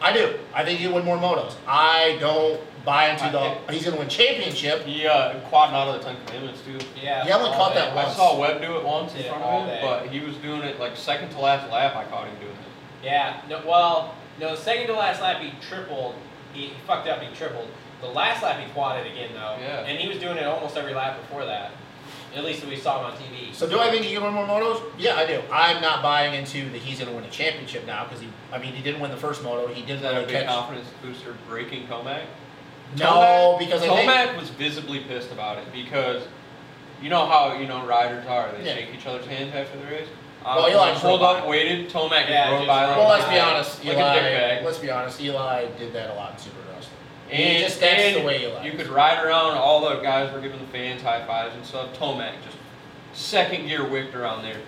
I do. I think he'll win more motos. I don't buy into I the think- he's going to win championship. He uh, quad out of the Ten Commandments too. Yeah. Yellen all caught day. that I Once. saw Webb do it once in Yeah, front all of him, day. but he was doing it like second to last lap. I caught him doing it. Yeah. No, well, no. Second to last lap, he tripled. He, he fucked up. He tripled. The last lap, he quadded again though. Yeah. And he was doing it almost every lap before that. At least we saw him on TV. So do I think he can win more motos? Yeah, I do. I'm not buying into that he's going to win a championship now because he. I mean, he didn't win the first moto. He Is didn't that really a big catch. confidence booster breaking Tomac? No, because I think Tomac was visibly pissed about it because you know how you know riders are. They Yeah. shake each other's hands after the race. Um, Well, Eli just pulled rode up, by. waited. Tomac Yeah, just rode just by. rode by. like Well, a let's be dick- honest. Oh, like Eli, a dickbag. let's be honest. Eli did that a lot in Supercross. He And just that's and the way Eli. You is. could ride around. All the guys were giving the fans high fives and stuff. Tomac just second gear whipped around there,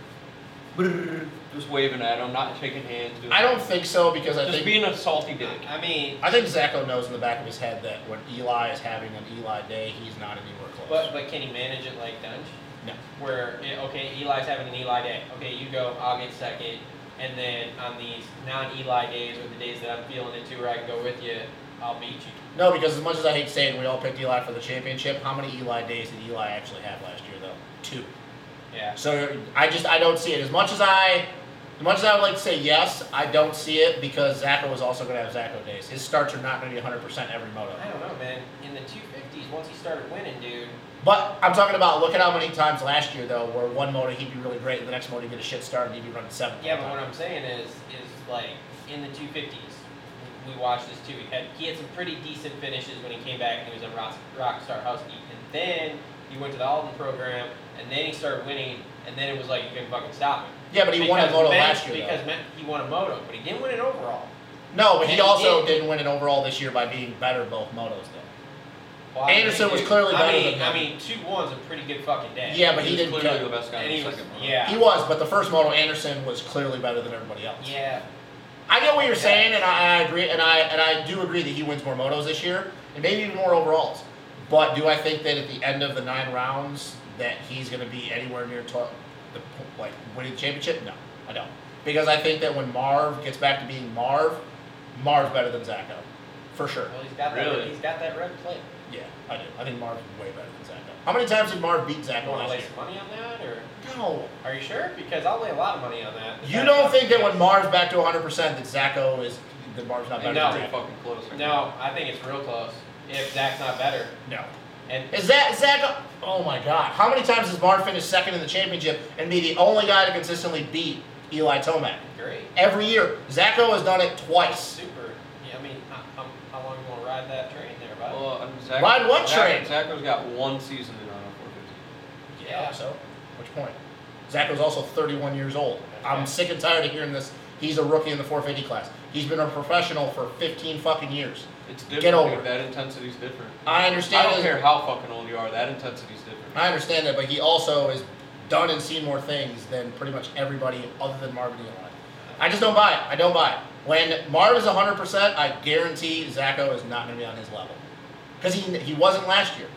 Brrr, just waving at him, not shaking hands. Doing I don't think so because I Just think being a salty dick. I mean, I think Zacho knows in the back of his head that when Eli is having an Eli day, he's not anywhere close. but but can he manage it like Dunge? No. Where yeah, okay, Eli's having an Eli day. Okay, you go. I'll get second. And then on these non-Eli days or the days that I'm feeling it too, where I can go with you, I'll beat you. no, because as much as I hate saying we all picked Eli for the championship, how many Eli days did Eli actually have last year though? Two. Yeah. So I just I don't see it as much as I. As much as I would like to say yes, I don't see it because Zacho is also going to have Zacho days. His starts are not going to be 100% every moto. I don't know, man. In the 250s, once he started winning, dude. But I'm talking about look at how many times last year though, where one motor he'd be really great, and the next motor he'd get a shit start and he'd be running seven. Yeah, but what I'm saying is, is like in the 250s, we watched this too. He had he had some pretty decent finishes when he came back and he was a rock, Rockstar Husky, and then he went to the Alden program, and then he started winning, and then it was like you couldn't fucking stop him. yeah, but he won a Because moto men- last year Because men- he won a moto, but he didn't win an overall. though. No, but and he he also did. did. not win it overall this year by being better both motos though. Well, I mean, Anderson was dude, clearly I better mean, than I him. mean, two one's a pretty good fucking day. Yeah, but he, was didn't. clearly cut- the best guy And in he the was, second round. yeah, He was, but the first moto Anderson was clearly better than everybody else. yeah. I get what you're saying, and I, I agree, and I and I do agree that he wins more motos this year, and maybe even more overalls. But do I think that at the end of the nine rounds that he's going to be anywhere near to, the like winning the championship? No, I don't, because I think that when Marv gets back to being Marv, Marv's better than Zacho, for sure. Well, he's got that. Really? He's got that red plate. Yeah, I do. I think Marv's way better than Zacho. How many times did Marv beat Zacho You want to last lay year? some money on that, or? No. Are you sure? Because I'll lay a lot of money on that. You don't think that when Marv's back to 100% that Zacho is that Marv's not better No. than Pretty Zacho? fucking close. right now. No, I think it's real close. If Zach's not better, No. and Is that Zach? Oh my God! How many times has Marv finished second in the championship and be the only guy to consistently beat Eli Tomac great, every year? Zacho has done it twice. super. Yeah, I mean, how, how- how long you gonna ride that train there, bud? Well, um, Zach, Ride what train? Zach, Zacho's got one season in Auto 450. Yeah. So, which point? Zacho's also 31 years old. I'm Okay. sick and tired of hearing this. He's a rookie in the 450 class. He's been a professional for 15 fucking years. It's different. over dude. it. That intensity's different. I I understand. don't his- care how fucking old you are. That intensity's different. I understand that, but he also has done and seen more things than pretty much everybody other than Marvin Elon. I just don't buy it. I don't buy it. When Marv is 100%, I guarantee Zacho is not going to be on his level. Because he, he wasn't last year.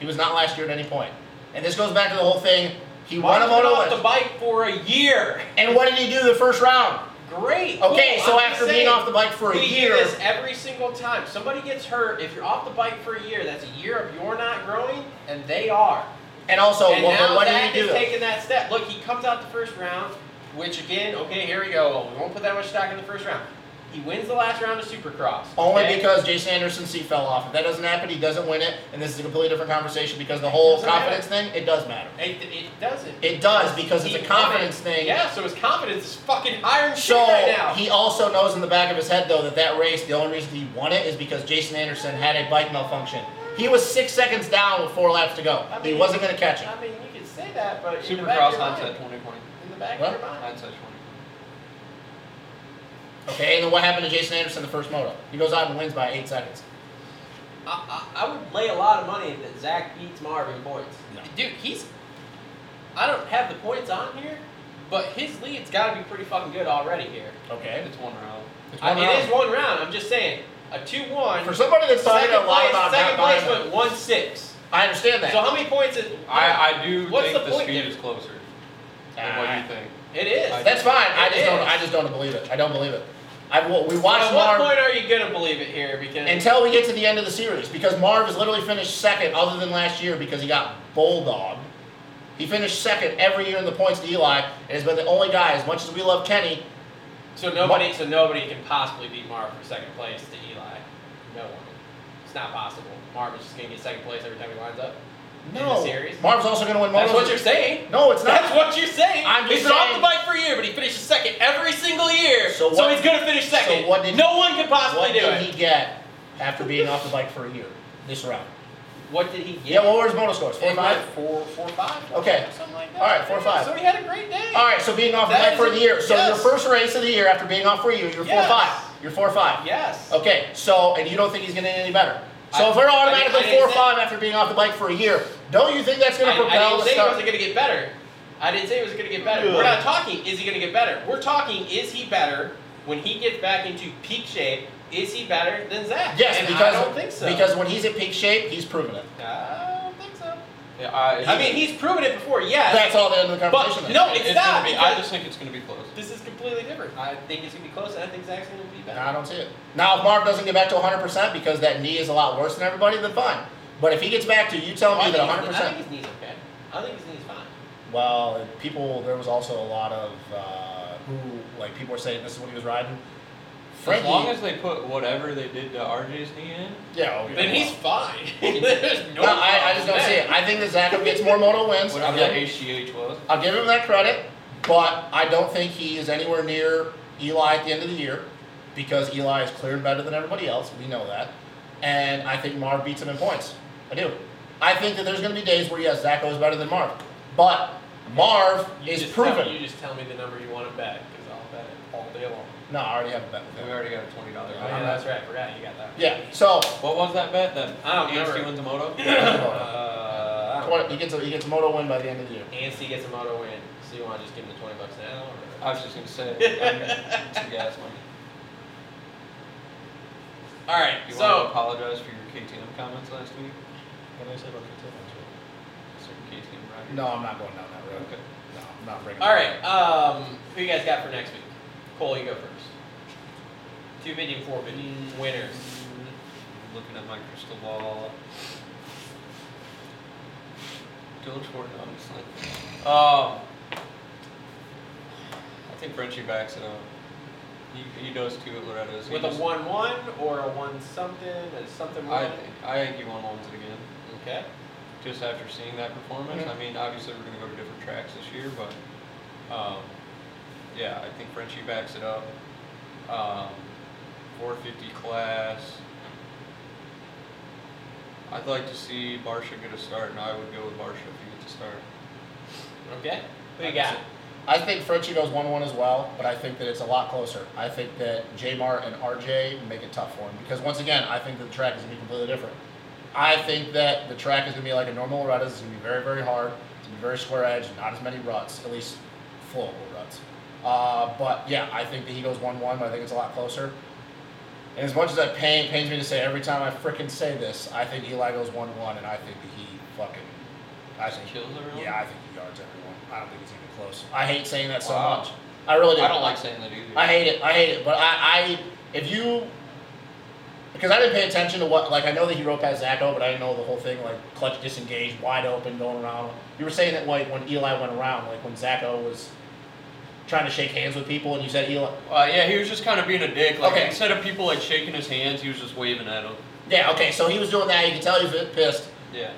He was not last year at any point. And this goes back to the whole thing He Mike won a been moto off list. the bike for a year. And what did he do the first round? Great. Okay, Cool. so I'm just after being saying, off the bike for a we year, hear this every single time. Somebody gets hurt. If you're off the bike for a year, that's a year of you're not growing, and they are. and also, and what, now what did Zach he do? is taking that step. Look, he comes out the first round, which again, okay, here we go. We won't put that much stock in the first round. He wins the last round of Supercross. Only okay? because Jason Anderson's seat fell off. If that doesn't happen, he doesn't win it, and this is a completely different conversation because the whole Doesn't confidence thing, it does matter. it, it doesn't. It does because it's He a confidence won it. thing. Yeah, so his confidence is fucking iron shit So right now. he also knows in the back of his head though that that race, the only reason he won it is because Jason Anderson had a bike malfunction. He was six seconds down with four laps to go. I he mean- wasn't going to catch him. I mean, you can say that, but in the back of Supercross your hindsight mind, 2020. in the back What? of your mind, Hindsight 20. Okay, and then what happened to Jason Anderson the first moto? He goes out and wins by eight seconds. I, I, I would lay a lot of money that Zach beats Marvin points. No. Dude, he's. I don't have the points on here, but his lead's got to be pretty fucking good already here. Okay. It's one round. It's I, one round. it is one round. I'm just saying a two-one. For somebody that's talking second a lot place, about second not buying place went one six. I understand So that. how many points is? I, I do What's think the the, point speed there? is closer than what Ah, you think. it is. I- that's fine. I just It don't. is. I just don't believe it. I don't believe it. I wa- we watched At what Marv point are you gonna believe it here? Because until we get to the end of the series because Marv has literally finished second, other than last year because he got bulldogged. He finished second every year in the points to Eli and has been the only guy. As much as we love Kenny, so nobody, so nobody can possibly beat Marv for second place to Eli. No one. It's not possible. Marv is just gonna get second place every time he lines up. the no. series? Marv's also going to win motos. That's what you're saying. no, it's not. That's what you're saying. I'm he's just been off saying- the bike for a year, but he finishes second every single year. So so what- he's gonna finish second. so what did- no one could possibly what do did it. he get after being off the bike for a year this round? what did he get? Yeah, what were his moto scores? Four It went five? Four, four, five. Okay. Something like that. All right, four, Yeah, five. So he had a great day. All right, so being off the That bike for is- the year. So your yes. first race of the year after being off for a year, you're Yes. four five. You're four five. Yes. Okay, so and you don't think he's getting any better. So I- if we're I automatically didn't- I four didn't say- five after being off the bike for a year, don't you think that's going I, to I propel didn't the say he start? wasn't gonna get better. I didn't say he was gonna get better. We're not talking. Is he gonna get better? We're talking. Is he better when he gets back into peak shape? Is he better than Zach? Yes, and because I don't think so. because when he's at peak shape, he's proven it. I don't think so. Yeah, I, I mean, he's proven it before. Yes. That's all the end of the But- conversation. then. no, it's gonna not, Be, because- I just think it's going to be close. This is completely different. I think it's gonna be close. and I think Zach's gonna be No, better. I don't see it. Now, if Marv doesn't get back to 100% because that knee is a lot worse than everybody, then fine. But if he gets back to you telling I me think that his- I 100%. think his knee's okay. I think his knee's fine. Well, people, there was also a lot of uh, who, like, people were saying this is what he was riding. As long as they put whatever they did to RJ's knee in, yeah, oh, yeah. Then he's fine. There's no. no, I, I just don't see it. I think that Zacho gets more moto wins. I'll whatever that give, HGH was. I'll give him that credit, but I don't think he is anywhere near Eli at the end of the year because Eli is clear and better than everybody else. We know that, and I think Marv beats him in points. I do. I think that there's going to be days where yes, Zacho is better than Marv, but Marv You is just proven. Tell, you just tell me the number you want to bet, because I'll bet it all day long. no, I already have a bet with We him. already got a twenty dollar Oh, bet. yeah, that's right. Forgot you got that. Yeah. So What was that bet? That I don't Anstey remember. wins a moto. Uh, I don't Twenty- he gets a he gets a moto win by the end of the year. know. Anstey gets a moto win, so you want to just give him the twenty bucks now? Or? I was just going to say, I need some gas money. All right. Do you want So to apologize for your KTM comments last week? What did I say about Kentucky? Certain KTM rider. No, I'm not going down that road. Okay. No, I'm not bringing. all right. Um, who you guys got for next week? Cole, you go first. Two fifty and four fifty Mm, Mm. winners. Looking at my crystal ball. Dylan Ford, obviously. Um, I think Frenchie backs it up. He, he does two at Loretta's. He With a just- one one or a one something, a something I one. think, I think he one owns it again. Okay. Just after seeing that performance, I mean, obviously we're going to go to different tracks this year, but um, yeah, I think Frenchie backs it up. Um, 450 class. I'd like to see Barsha get a start, and I would go with Barsha if he gets a start. Okay. Who you got? I think Frenchie goes one one as well, but I think that it's a lot closer. I think that Jamar and RJ make it tough for him because once again, I think that the track is gonna be completely different. I think that the track is gonna be like a normal Loretta. It's gonna be very very hard. It's gonna be very square edge, not as many ruts, at least flowable ruts. Uh, but yeah, I think that he goes one one, but I think it's a lot closer. And as much as that pain pains me to say every time I frickin' say this, I think Eli goes one one, and I think that he fucking I Just think. kills everyone? Yeah, I think he yards everyone. I don't think it's even close. I hate saying that so Wow. much. I really do. I don't like saying that either. I hate it. I hate it. But I, I if you because I didn't pay attention to what like I know that he rode past Zacho, but I didn't know the whole thing like clutch disengaged, wide open, going around. You were saying that like when Eli went around, like when Zacho was trying to shake hands with people, and you said Eli. Uh, yeah, he was just kind of being a dick. Like Okay. instead of people like shaking his hands, he was just waving at them. Yeah, okay, so he was doing that. You can tell he was pissed. Yeah.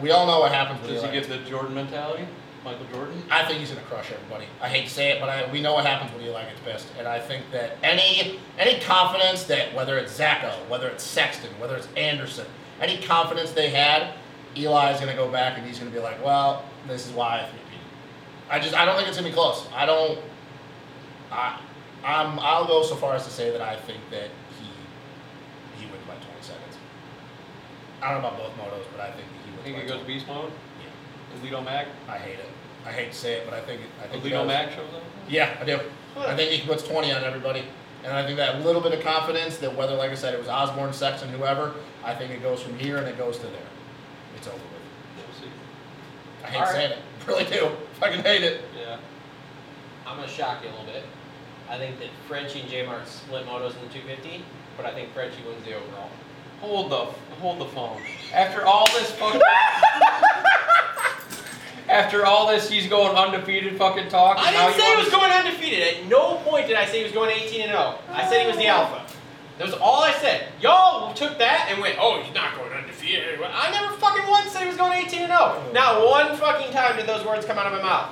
We all know what happens with Does he Eli. get the Jordan mentality? Michael Jordan? I think he's gonna crush everybody. I hate to say it, but I, we know what happens when Eli gets pissed, and I think that any any confidence that whether it's Zacho, whether it's Sexton, whether it's Anderson, any confidence they had, Eli's gonna go back and he's gonna be like, well, this is why I three I just I don't think it's gonna be close. I don't. I I'm I'll go so far as to say that I think that he he wins by 20 seconds. I don't know about both motos, but I think that he wins. I think by he goes 20. beast mode. Yeah. Alito Mac. I hate it. I hate to say it, but I think it, I think he Alito does. Mac shows up. Yeah, I do. I think he puts 20 on everybody. And I think that little bit of confidence that whether, like I said, it was Osborne, Sexton, whoever, I think it goes from here and it goes to there. It's over with. We'll see. I hate All right. saying it. Really do. Fucking hate it. Yeah. I'm gonna shock you a little bit. I think that Frenchie and J Mart split motos in the 250, but I think Frenchie wins the overall. Hold the hold the phone. After all this fucking. After all this, he's going undefeated fucking talk. I and now didn't you say he wanna- was going undefeated. At no point did I say he was going 18 and 0. I said he was the alpha. That was all I said. Y'all took that and went, "Oh, he's not going undefeated." Well, I never fucking once said he was going 18 and Oh. 0. Not one fucking time did those words come out of my mouth.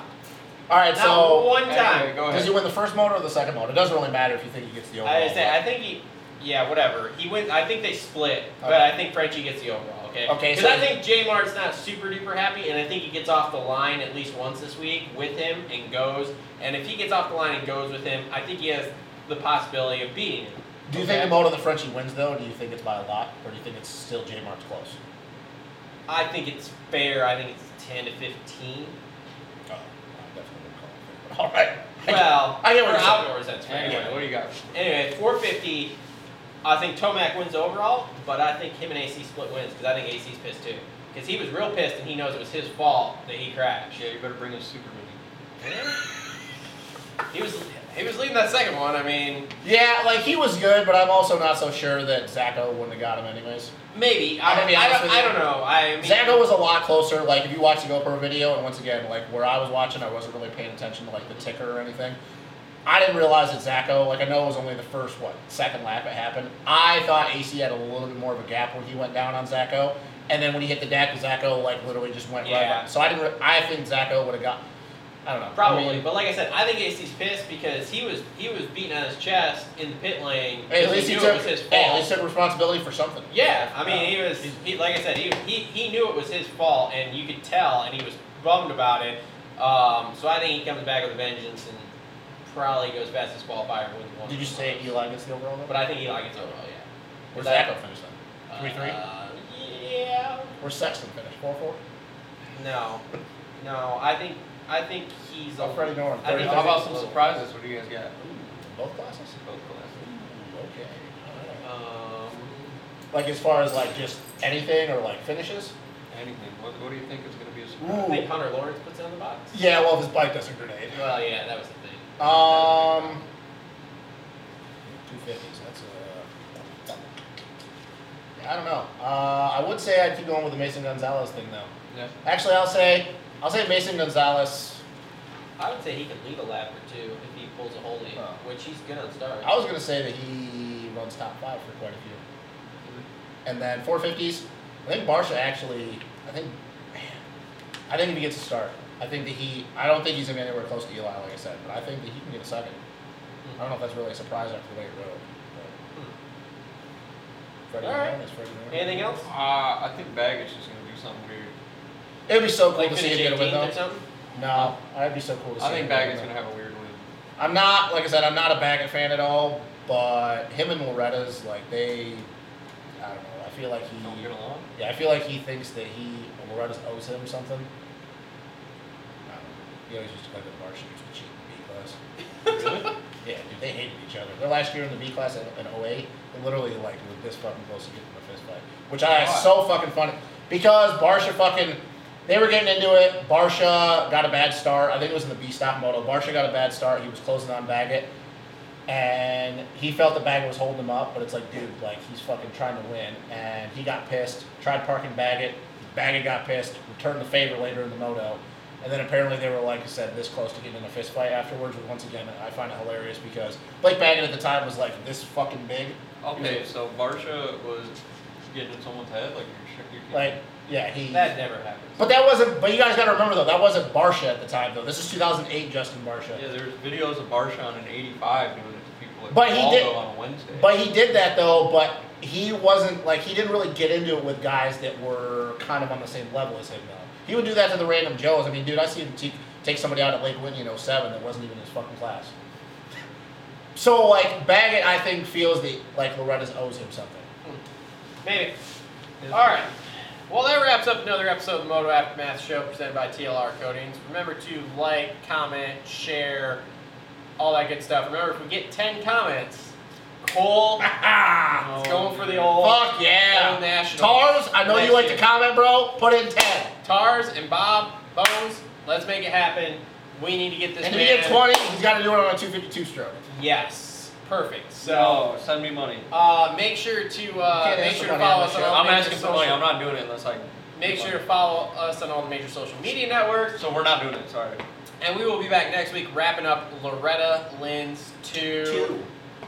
All right, Not so. one Anyway, time. go Does ahead. he win the first motor or the second motor? It doesn't really matter if you think he gets the overall. I say I think he. Yeah, whatever. He went. I think they split, but Okay. I think Frenchie gets the overall. Okay. Okay, Because so- I think J Mart's not super duper happy, and I think he gets off the line at least once this week with him and goes. And if he gets off the line and goes with him, I think he has the possibility of beating him. do you okay. think the motor the Frenchie wins, though? Do you think it's by a lot? Or do you think it's still J Mark's close? Oh, I think it's fair. I think it's 10 to 15. Oh, I definitely would call it. All right. I- Well, I get what for you're saying. outdoors, that's fair. Anyway, what do you got? Anyway, 450. I think Tomac wins overall, but I think him and AC split wins because I think AC's pissed too. Because he was real pissed and he knows it was his fault that he crashed. Yeah, you better bring a Superman. He was he was leading that second one. I mean, Yeah, like he was good, but I'm also not so sure that Zacho wouldn't have got him anyways. maybe I'm I, gonna be I, honest don't, with I you. don't know. I mean, Zacho was a lot closer. Like if you watch the GoPro video, and once again, like where I was watching, I wasn't really paying attention to like the ticker or anything. I didn't realize that Zacho, like I know it was only the first what second lap it happened. I thought AC had a little bit more of a gap when he went down on Zacho, and then when he hit the deck, Zacho like literally just went Yeah. right. Up. So I didn't. Re- I think Zacho would have got. I don't know. I probably. mean, but like I said, I think AC's pissed because he was he was beating on his chest in the pit lane. hey, at because least he knew took. it was his fault. Hey, at least took responsibility for something. Yeah, I mean, he was he like I said, he, he he knew it was his fault, and you could tell, and he was bummed about it. Um, so I think he comes back with a vengeance and probably goes fastest qualifier with one. Did you say Eli gets the overall? But I think Eli gets overall, yeah. Where's Zacho finish then? Three, three? Uh, yeah. Where's Sexton finish? Four four. No, no. I think I think he's. Oh, a- Freddie Norton, I think How about he's some a- surprises? What do you guys got? Both classes. Both classes. Okay. Um, Like as far as like just anything or like finishes? Anything. What, what do you think is going to be a I surprise? think Hunter Lawrence puts it on the box. Yeah, well if his bike doesn't grenade. Well, yeah, that was the thing. Um two fifties, that's uh I don't know. Uh, I would say I'd keep going with the Mason Gonzalez thing though. Yeah. Actually I'll say I'll say Mason Gonzalez I would say he could lead a lap or two if he pulls a holding, Oh. which he's good on starts. I was gonna say that he runs top five for quite a few. And then four fifties, I think Barsha actually I think man, I think if he gets a start, I think that he I don't think he's gonna be anywhere close to Eli, like I said, but I think that he can get a second. I don't know if that's really a surprise after the way it rode. but- Hmm. Freddie All right. Norman is Freddie Norman. Anything else? Uh, I think Baggett's just going to do something weird. It'd be so cool Like to see finish him get a win 18th or though. something? No, I'd be so cool to see. I think him get a win, Baggett's though. going to have a weird win. I'm not like I said. I'm not a Baggett fan at all. But him and Loretta's like they. I don't know. I feel like he. Don't get along. Yeah, I feel like he thinks that he Loretta's owes him something. Um, I don't know. He always used to play with Marsh. He used to cheat in the B class. Really? Yeah, dude, they hated each other. Their last year in the B class in, in 08, they literally like were this fucking close to getting in a fist fight, which Why? I so fucking funny because Barsha fucking They were getting into it. Barsha got a bad start. I think it was in the B stop moto. Barsha got a bad start. He was closing on Baggett. And he felt that Baggett was holding him up, but it's like, dude, like he's fucking trying to win. And he got pissed, tried parking Baggett. Baggett got pissed, returned the favor later in the moto. And then apparently they were, like I said, this close to getting in a fist fight afterwards. But once again, I find it hilarious because Blake Baggett at the time was like this fucking big. Okay, so Barsha was getting in someone's head like you're. you're Like, yeah, he. That never happens. But that wasn't. But you guys got to remember though, that wasn't Barsha at the time though. This is 2008, Justin Barsha. Yeah, there's videos of Barsha on an 85 doing it to people at But he Waldo did- on a Wednesday. But he did that though. But he wasn't like he didn't really get into it with guys that were kind of on the same level as him though. He would do that to the random Joes. I mean, dude, I see him take take somebody out at Lake Whitney in 07 that wasn't even in his fucking class. So like Baggett, I think feels that like Loretta's owes him something. Maybe. All right. Well, that wraps up another episode of the Moto Aftermath Show presented by TLR Coatings. Remember to like, comment, share, all that good stuff. Remember, if we get 10 comments, Cole is going for the Oh, old, Ah! Fuck old yeah, Oh, national. Tars. I know Next you like year. to comment, bro. Put in ten. Tars and Bob, Bones, let's make it happen. We need to get this And if man. he gets 20, he's got to do it on a 252 stroke. Yes. Perfect. So. so send me money. Uh, make sure to uh, Okay, make that's sure to somebody follow on us the on show. all I'm major asking for social- money. I'm not doing it unless I. Make sure to follow us on all the major social media networks. So we're not doing it. Sorry. And we will be back next week wrapping up Loretta Lynn's 2. Two.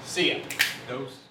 See ya. Those.